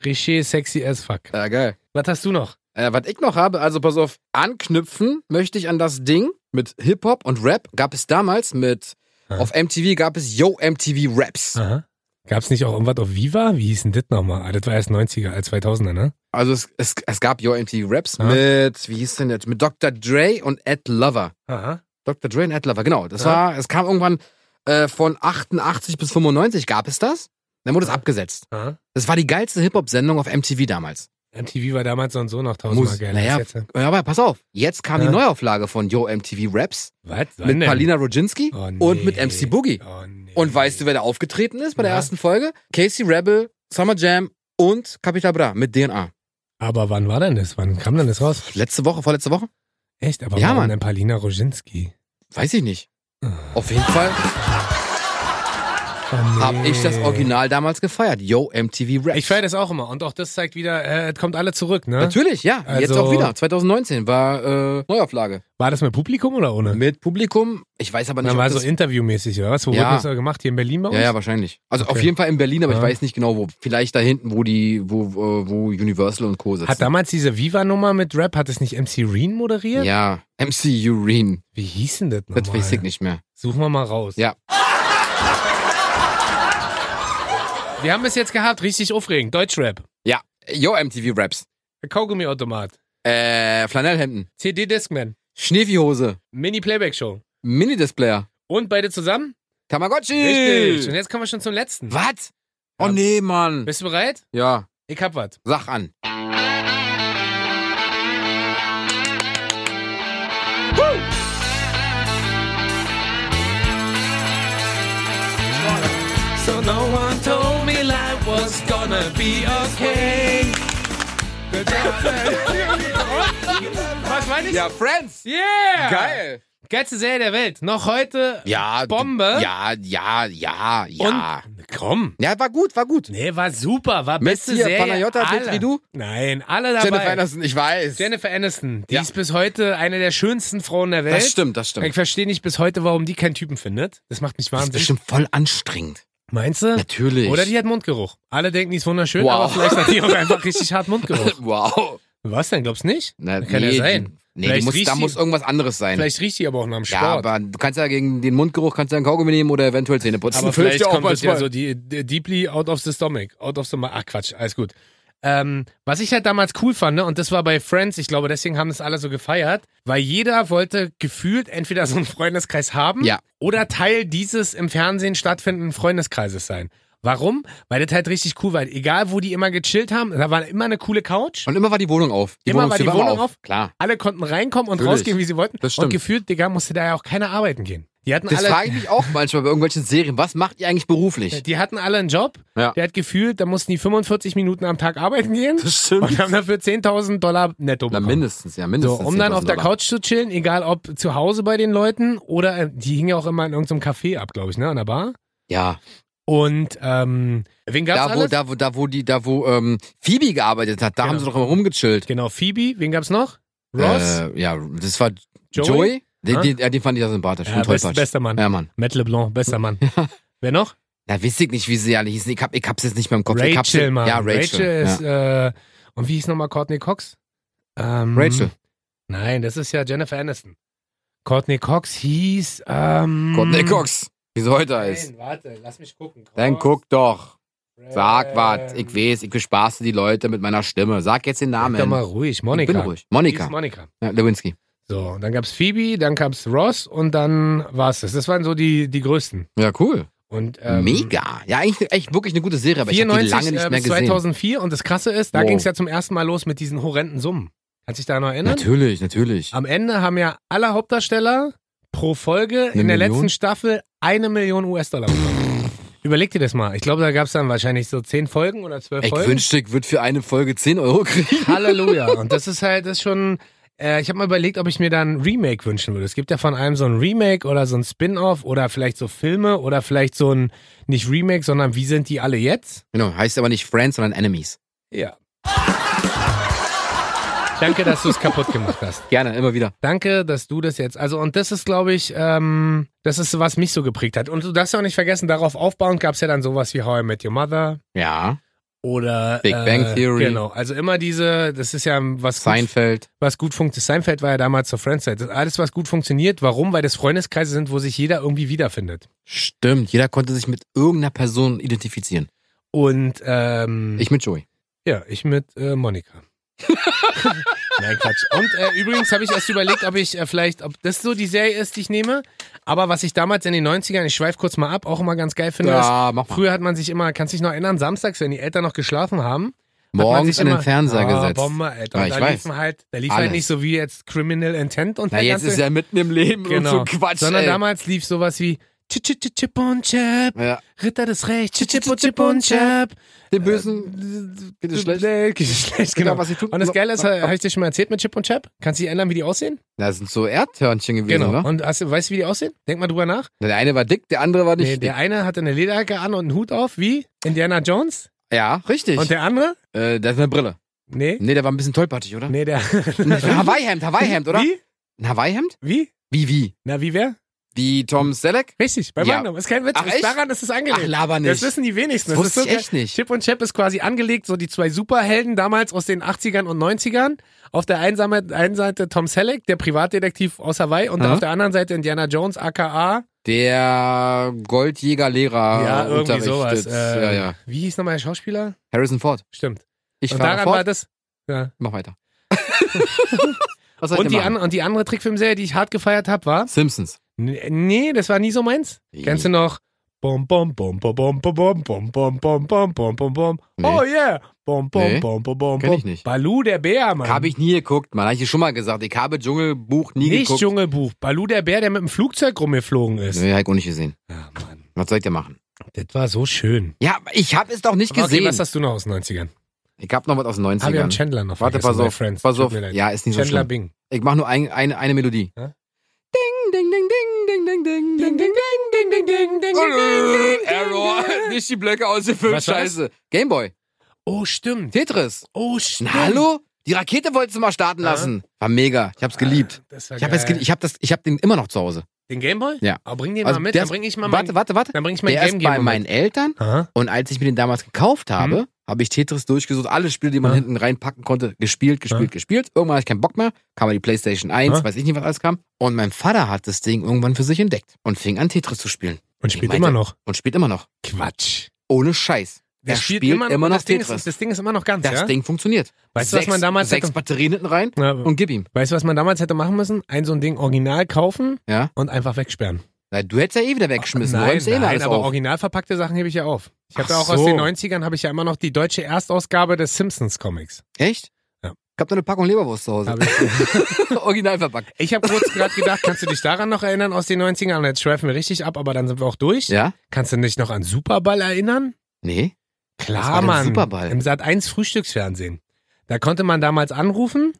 B: Richer sexy as fuck.
A: Ja, geil.
B: Was hast du noch?
A: Äh, was ich noch habe, also pass auf, anknüpfen möchte ich an das Ding mit Hip-Hop und Rap. Gab es damals mit,
B: Aha.
A: auf MTV gab es Yo MTV Raps.
B: Aha. Gab es nicht auch irgendwas auf Viva? Wie hieß denn das nochmal? Ah, Das war erst 90er, äh, 2000er, ne?
A: Also es, es, es gab Yo MTV Raps
B: Ja.
A: mit, wie hieß denn das? Mit Dr. Dre und Ed Lover.
B: Aha.
A: Dr. Dre und Ed Lover, genau. Das
B: Ja.
A: war, es kam irgendwann äh, von 88 bis 95 gab es das. Dann wurde es abgesetzt.
B: Aha.
A: Das war die geilste Hip-Hop-Sendung auf MTV damals.
B: MTV war damals so und so noch tausendmal
A: Muss-
B: geiler.
A: naja.
B: als jetzt.
A: Ja, Aber pass auf, jetzt kam
B: Ja.
A: die Neuauflage von Yo MTV Raps
B: Was? Wann
A: mit
B: denn?
A: Paulina Roginski
B: Oh, nee.
A: und mit MC Boogie.
B: Oh, nee.
A: Und weißt du, wer da aufgetreten ist bei der
B: Na?
A: ersten Folge? Casey Rebel, Summer Jam und Capital Bra mit DNA.
B: Aber wann war denn das? Wann kam denn das raus?
A: Letzte Woche, vorletzte Woche?
B: Echt? Aber
A: Ja,
B: warum
A: Mann.
B: denn Paulina Roginski?
A: Weiß ich nicht.
B: Ah.
A: Auf jeden Fall
B: Oh,
A: habe ich das Original damals gefeiert. Yo MTV Raps.
B: Ich feiere das auch immer. Und auch das zeigt wieder, äh, es kommt alle zurück, ne?
A: Natürlich, ja. jetzt
B: Also-
A: auch wieder. 2019 war äh, Neuauflage.
B: War das mit Publikum oder ohne?
A: Mit Publikum. Ich weiß aber nicht,
B: Dann
A: ob
B: war so
A: das...
B: interviewmäßig, oder was? Wo
A: Ja.
B: wurde das da gemacht? Hier in Berlin bei uns?
A: Ja, ja, wahrscheinlich. Also auf
B: Okay.
A: jeden Fall in Berlin, aber
B: Ja.
A: ich weiß nicht genau wo. Vielleicht da hinten, wo die, wo, äh, wo Universal und Co. sitzen.
B: Hat damals diese Viva-Nummer mit Rap, hat es nicht MC Reen moderiert?
A: ja, MC Urine.
B: Wie hieß denn das nochmal?
A: Das weiß ich nicht mehr.
B: Suchen wir mal raus.
A: Ja.
B: Wir haben es jetzt gehabt, richtig aufregend. Deutschrap,
A: Ja. Yo MTV Raps.
B: Kaugummiautomat,
A: Äh, Flanellhemden.
B: CD Discman,
A: Schneefihose.
B: Mini-Playback-Show.
A: Minidisplayer.
B: Und beide zusammen?
A: Tamagotchi.
B: Und jetzt kommen wir schon zum letzten.
A: Was? Oh
B: Ja.
A: nee, Mann.
B: Bist du bereit?
A: Ja,
B: Ich hab was.
A: sag an.
B: So no one told me life was gonna be okay. was meine ich?
A: Ja, Friends.
B: Yeah!
A: Geil.
B: Geilste Serie der Welt. Noch heute
A: Ja.
B: Bombe.
A: Ja, ja, ja, ja.
B: Und, komm.
A: Ja, war gut, war gut.
B: Nee, war super. War beste
A: Messi,
B: Serie.
A: Panayota,
B: aller-
A: Petridou?
B: Nein, alle dabei.
A: Jennifer Aniston, ich weiß.
B: Jennifer Aniston. Die
A: Ja.
B: ist bis heute eine der schönsten Frauen der Welt.
A: Das stimmt, das
B: Ich
A: stimmt.
B: verstehe nicht bis heute, warum die keinen Typen findet. Das macht mich
A: Das ist
B: wahnsinnig.
A: bestimmt voll anstrengend.
B: Meinst du?
A: Natürlich.
B: Oder die hat Mundgeruch. Alle denken, die ist wunderschön,
A: Wow.
B: aber vielleicht hat die auch einfach richtig hart Mundgeruch.
A: Wow.
B: Was denn? Glaubst du nicht?
A: Na,
B: Kann ja
A: nee,
B: sein.
A: Die, nee, die
B: Vielleicht
A: muss,
B: riecht
A: da
B: die-
A: muss irgendwas anderes sein.
B: Vielleicht riecht die aber auch nach dem Sport.
A: ja, aber du kannst ja gegen den Mundgeruch kannst du ja einen Kaugummi nehmen oder eventuell Zähne putzen.
B: Aber
A: Das hilft
B: vielleicht
A: ja auch
B: kommt das ja
A: manchmal.
B: so die, die deeply out of the stomach, out of the ma- Ach Quatsch, alles gut. Ähm, was ich halt damals cool fand, ne, und das war bei Friends, ich glaube, deswegen haben es alle so gefeiert, weil jeder wollte gefühlt entweder so einen Freundeskreis haben
A: Ja.
B: oder Teil dieses im Fernsehen stattfindenden Freundeskreises sein. Warum? Weil das halt richtig cool war. Egal, wo die immer gechillt haben, da war immer eine coole Couch.
A: Und immer war die Wohnung auf. Die
B: Immer war
A: Wohnungstür
B: die Wohnung auf?
A: Klar.
B: Alle konnten reinkommen und
A: Natürlich.
B: rausgehen, wie sie wollten.
A: Das
B: und
A: stimmt.
B: gefühlt, Digga, musste da ja auch keine arbeiten gehen. Die hatten
A: Das
B: alle
A: frage ich mich auch manchmal bei irgendwelchen Serien. Was macht ihr eigentlich beruflich?
B: Äh, Die hatten alle einen Job.
A: Ja.
B: Der hat gefühlt, da mussten die 45 Minuten am Tag arbeiten gehen
A: Das stimmt.
B: und haben dafür 10.000 Dollar netto
A: Na,
B: bekommen.
A: mindestens, ja,
B: so,
A: mindestens.
B: um dann auf
A: 10.000
B: der
A: Dollar.
B: Couch zu chillen, egal ob zu Hause bei den Leuten oder äh, die hingen ja auch immer in irgendeinem Café ab, glaube ich, ne, an der Bar.
A: Ja.
B: Und ähm, wen gab's
A: Da wo,
B: alles?
A: da wo, da wo die, da wo ähm, Phoebe gearbeitet hat, da
B: Genau.
A: haben sie doch immer rumgechillt.
B: Genau, Phoebe, wen gab's noch? Ross,
A: Äh, ja, das war
B: Joey.
A: Joey. Den,
B: Ja.
A: den, ja, den fand ich ja sympathisch.
B: Ja,
A: und
B: best,
A: tollpatschig.
B: bester Mann.
A: Ja, Mann.
B: Matt LeBlanc, bester Mann. Wer noch?
A: Na, weiß ich nicht, wie sie alle hießen. Ich, hab, ich hab's jetzt nicht mehr im Kopf. ich hab's,
B: Rachel, Mann.
A: Ja, Rachel.
B: ist,
A: ja.
B: äh, und wie hieß nochmal Courtney Cox? Ähm,
A: Rachel.
B: Nein, das ist ja Jennifer Aniston. Courtney Cox hieß. Ähm,
A: Courtney Cox, wie sie heute heißt.
B: Nein, warte, lass mich gucken. Cox,
A: Dann guck doch. Sag
B: ähm,
A: was. Ich weiß, ich bespaße die Leute mit meiner Stimme. Sag jetzt den
B: Bleib Doch mal
A: Namen.
B: ruhig,
A: Ich
B: Monika.
A: bin ruhig.
B: Die ist
A: Monika.
B: Monika.
A: Ja, Lewinsky.
B: So, und dann gab's Phoebe, dann gab's Ross und dann war's das. Das waren so die, die größten.
A: Ja, cool.
B: Und, ähm,
A: Mega. Ja, eigentlich echt wirklich eine gute Serie, aber ich habe die
B: 94
A: lange
B: äh,
A: nicht mehr
B: bis
A: gesehen.
B: 2004 und das Krasse ist, da
A: Wow.
B: ging's ja zum ersten Mal los mit diesen horrenden Summen. Kannst du dich da noch erinnern?
A: Natürlich, natürlich.
B: Am Ende haben ja alle Hauptdarsteller pro Folge
A: Eine
B: in der
A: Million?
B: letzten Staffel eine Million US-Dollar bekommen. Überleg dir das mal. Ich glaube, da gab es dann wahrscheinlich so zehn Folgen oder zwölf
A: Ich
B: Folgen.
A: wünschte, ich würde für eine Folge 10 Euro kriegen.
B: Halleluja. Und das ist halt das ist schon. Äh, ich habe mal überlegt, ob ich mir dann ein Remake wünschen würde. Es gibt ja von einem so ein Remake oder so ein Spin-off oder vielleicht so Filme oder vielleicht so ein nicht Remake, sondern wie sind die alle jetzt?
A: Genau, heißt aber nicht Friends, sondern Enemies.
B: Ja. Danke, dass du es kaputt gemacht hast.
A: Gerne, immer wieder.
B: Danke, dass du das jetzt. Also, und das ist, glaube ich, ähm, das ist, was mich so geprägt hat. Und du darfst ja auch nicht vergessen, darauf aufbauend gab es ja dann sowas wie How I Met Your Mother
A: Ja.
B: oder
A: Big Bang Theory.
B: Genau, also immer diese, das ist ja was gut,
A: Seinfeld.
B: was gut funktioniert. Seinfeld war ja damals zur Friends-Zeit. Das ist Alles, was gut funktioniert. Warum? Weil das Freundeskreise sind, wo sich jeder irgendwie wiederfindet.
A: Stimmt, jeder konnte sich mit irgendeiner Person identifizieren.
B: Und ähm,
A: Ich mit Joey.
B: Ja, ich mit äh, Monika. Nein, Quatsch. Und äh, übrigens habe ich erst überlegt, ob ich äh, vielleicht, ob das so die Serie ist, die ich nehme. Aber was ich damals in den 90ern, ich schweife kurz mal ab, auch immer ganz geil finde, ist,
A: Ja, mach mal.
B: früher hat man sich immer, kannst dich noch erinnern, samstags, wenn die Eltern noch geschlafen haben, hat man
A: Morgens
B: sich
A: in
B: immer,
A: den Fernseher
B: ah,
A: gesetzt.
B: Bombe, Alter.
A: Ja,
B: Und
A: ich
B: da
A: weiß.
B: liefen halt, da lief halt
A: Alles.
B: nicht so wie jetzt Criminal Intent und
A: Na,
B: der
A: jetzt
B: ganze,
A: ist er mitten im Leben
B: Genau.
A: und so Quatsch.
B: sondern
A: ey.
B: damals lief sowas wie Chip, Chip, Chip, Chip und Chap,
A: Ja,
B: Ritter des Rechts, Chip, Chip, Chip und Chap.
A: den Bösen. Geht es schlecht?
B: Nee, geht es Äh, schlecht, genau.
A: was sie tun.
B: Und das Geile ist, habe ich dir schon mal erzählt mit Chip und Chap? Kannst du dich erinnern, wie die aussehen?
A: Das sind so Erdhörnchen gewesen,
B: genau.
A: ne?
B: Und hast, du- weißt du, wie die aussehen? Denk mal drüber nach.
A: Der eine war dick, der andere war nicht
B: Nee, der
A: dick.
B: eine hatte eine Lederjacke an und einen Hut auf, wie Indiana Jones.
A: Ja, richtig.
B: Und der andere?
A: äh, der hat eine Brille.
B: Nee.
A: Nee, der war ein bisschen tollpatschig, oder?
B: Nee, der.
A: Ein Hawaii-Hemd, Hawaii-Hemd, oder?
B: Wie?
A: Ein Hawaii-Hemd?
B: Wie?
A: Wie, wie?
B: Na, wie wer?
A: Wie Tom Selleck?
B: Richtig, bei
A: Ja.
B: Magnum. Ist kein Witz.
A: Ach,
B: ist
A: echt?
B: daran ist es
A: Ach,
B: angelegt.
A: laber
B: das
A: nicht.
B: wissen die wenigsten.
A: Das
B: Das ist
A: wusste
B: so
A: ich
B: geil.
A: echt nicht.
B: Chip und Chap ist quasi angelegt, so die zwei Superhelden damals aus den 80ern und 90ern. Auf der einen Seite, einen Seite Tom Selleck, der Privatdetektiv aus Hawaii, und
A: Aha.
B: auf der anderen Seite Indiana Jones, aka.
A: Der Goldjägerlehrer
B: ja, irgendwie
A: unterrichtet.
B: sowas. Äh,
A: ja, ja.
B: Wie hieß nochmal der Schauspieler?
A: Harrison Ford.
B: Stimmt.
A: Ich
B: und
A: fahre
B: daran war
A: fort.
B: das. Ja.
A: Mach weiter. Was soll ich
B: Und,
A: denn
B: die
A: machen?
B: an, und die andere Trickfilmserie, die ich hart gefeiert habe, war.
A: Simpsons.
B: N- Nee, das war nie so meins.
A: Wie?
B: Kennst du noch? Bom, bom, bom, bom, bom, bom, bom, bom, bom, bom, bom, bom, bom, bom.
A: Nee.
B: Oh yeah. Bom, bom,
A: Nee.
B: bom, bom, bom,
A: Kenn ich
B: bom.
A: nicht.
B: Balu der Bär, Mann.
A: Habe ich nie geguckt, man. Habe ich dir schon mal gesagt. Ich habe Dschungelbuch nie
B: Nicht
A: geguckt.
B: Dschungelbuch. Balu der Bär, der mit dem Flugzeug rumgeflogen ist.
A: Nee, hab ich auch nicht gesehen.
B: Ja, Mann.
A: Was soll ich denn machen?
B: Das war so schön.
A: Ja, aber ich habe es doch nicht
B: Aber
A: gesehen.
B: Okay, was hast du noch aus den 90ern?
A: ich habe noch was aus den
B: Ah, wir haben
A: 90ern.
B: Chandler noch
A: Warte,
B: vergessen
A: pass
B: bei
A: auf.
B: Friends.
A: Pass
B: Tut
A: auf.
B: mir leid.
A: Ja, ist nicht so
B: Chandler
A: schlimm.
B: Bing.
A: Ich mache nur ein, eine, eine Melodie.
B: Ja?
A: Ding, ding, ding, ding, ding, ding, ding, ding, ding.
B: ding, ding, ding, ding,
A: Error. Nicht die Blöcke ausgefüllt.
B: Was war das?
A: Scheiße. Gameboy.
B: Oh, stimmt.
A: Tetris.
B: Oh, stimmt.
A: Na, hallo? Die Rakete wolltest du mal starten
B: Ja.
A: lassen. War mega. Ich hab's geliebt.
B: Das war
A: Ich hab, jetzt,
B: geil.
A: ge- ich hab das, ich hab den immer noch zu Hause.
B: Den Gameboy?
A: Ja.
B: Aber bring den
A: Also
B: mal mit,
A: der
B: dann
A: ist-
B: bring ich mal
A: Warte,
B: mein,
A: warte, warte.
B: dann bring ich mein
A: Der ist
B: Gameboy
A: bei
B: mit.
A: meinen Eltern
B: Aha.
A: und als ich mir den damals gekauft habe, habe ich Tetris durchgesucht, alle Spiele, die man
B: Mhm. Ja.
A: hinten reinpacken konnte, gespielt, gespielt, gespielt. Irgendwann hatte ich keinen Bock mehr, kam mal die Playstation 1,
B: Ja.
A: weiß ich nicht, was alles kam. Und mein Vater hat das Ding irgendwann für sich entdeckt und fing an, Tetris zu spielen.
B: Und
A: spielt immer
B: noch.
A: Und spielt immer noch.
B: Quatsch.
A: Ohne Scheiß.
B: Der
A: Er
B: spielt,
A: spielt
B: immer, noch-
A: immer
B: und
A: noch
B: das Ding
A: Tetris.
B: Ist, das Ding ist immer noch ganz,
A: Das
B: ja?
A: Ding funktioniert.
B: Weißt du, was
A: sechs,
B: man damals
A: Sechs
B: hätte-
A: Batterien hinten rein
B: Ja,
A: und gib ihm.
B: weißt du, was man damals hätte machen müssen? Ein so ein Ding original kaufen
A: Ja.
B: und einfach wegsperren.
A: Na, du hättest ja eh wieder weggeschmissen.
B: nein,
A: du räumst eh
B: nein,
A: immer alles
B: aber
A: auf.
B: original verpackte Sachen hebe ich ja auf. Ich habe
A: Ach
B: ja auch aus
A: so.
B: den 90ern habe ich ja immer noch die deutsche Erstausgabe des Simpsons Comics.
A: Echt?
B: Ja.
A: Ich hab noch eine Packung Leberwurst zu Hause.
B: Hab ich
A: Original verpackt.
B: ich habe kurz gerade gedacht, kannst du dich daran noch erinnern aus den 90ern? Jetzt schweifen wir richtig ab, aber dann sind wir auch durch.
A: Ja?
B: Kannst du dich noch an Superball erinnern?
A: Nee? Was war
B: Klar,
A: denn
B: Mann.
A: Superball?
B: Im Sat 1 Frühstücksfernsehen. Da konnte man damals anrufen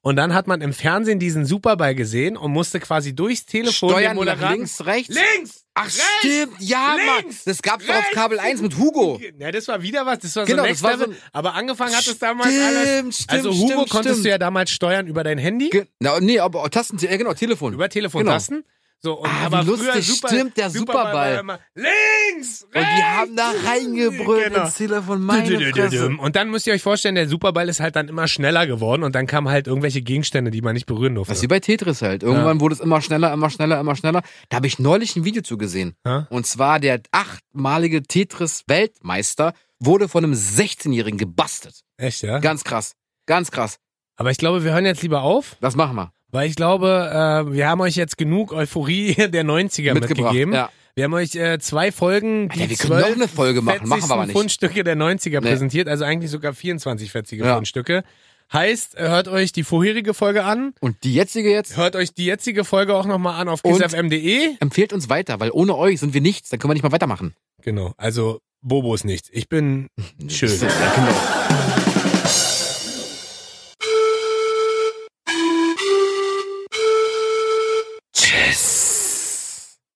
B: und dann hat man im Fernsehen diesen Superball gesehen und musste quasi durchs Telefon den
A: Steuern nach
B: Moderaten.
A: links, rechts?
B: Links!
A: Ach stimmt, ja Mann.
B: Links!
A: Das gab's doch auf
B: Rechts!
A: Kabel 1 mit Hugo.
B: Ja, das war wieder was. Das war
A: Genau,
B: so
A: das
B: Next
A: war
B: Level.
A: so-
B: Aber angefangen hat es damals alles.
A: Stimmt, stimmt,
B: Also Hugo
A: stimmt,
B: konntest
A: stimmt.
B: du ja damals steuern über dein Handy,
A: Ge- Na, nee, aber Tasten, ja, genau, Telefon.
B: über Telefontasten. So, und
A: Ah, wie
B: aber früher
A: lustig,
B: super,
A: stimmt, der Superball.
B: war immer links, rechts.
A: und die haben da reingebrüllt
B: Genau.
A: ins Telefon. Meine Fresse.
B: Und dann müsst ihr euch vorstellen, der Superball ist halt dann immer schneller geworden und dann kamen halt irgendwelche Gegenstände, die man nicht berühren durfte.
A: Das ist wie bei Tetris halt. Irgendwann wurde es immer schneller, immer schneller, immer schneller. Da habe ich neulich ein Video zu gesehen.
B: Ja?
A: Und zwar der achtmalige Tetris-Weltmeister wurde von einem 16-Jährigen gebastelt.
B: Echt, ja?
A: Ganz krass. Ganz krass.
B: Aber ich glaube, wir hören jetzt lieber auf,
A: Das machen wir.
B: weil ich glaube, äh, wir haben euch jetzt genug Euphorie der 90er
A: Mitgebracht.
B: mitgegeben.
A: Ja.
B: Wir haben euch äh, zwei Folgen, die
A: Alter, wir können
B: zwölf
A: noch eine Folge machen, machen wir aber
B: fetzigsten
A: nicht.
B: Fundstücke der 90er
A: Nee.
B: präsentiert, also eigentlich sogar 24 fetzige
A: Ja.
B: Fundstücke. Heißt, äh, hört euch die vorherige Folge an,
A: Und die jetzige jetzt?
B: hört euch die jetzige Folge auch nochmal an auf
A: Und-
B: kissfm.de.
A: Empfehlt uns weiter, weil ohne euch sind wir nichts. Dann können wir nicht mal weitermachen.
B: Genau, also Bobo ist nichts. Ich bin schön.
A: Ja, genau.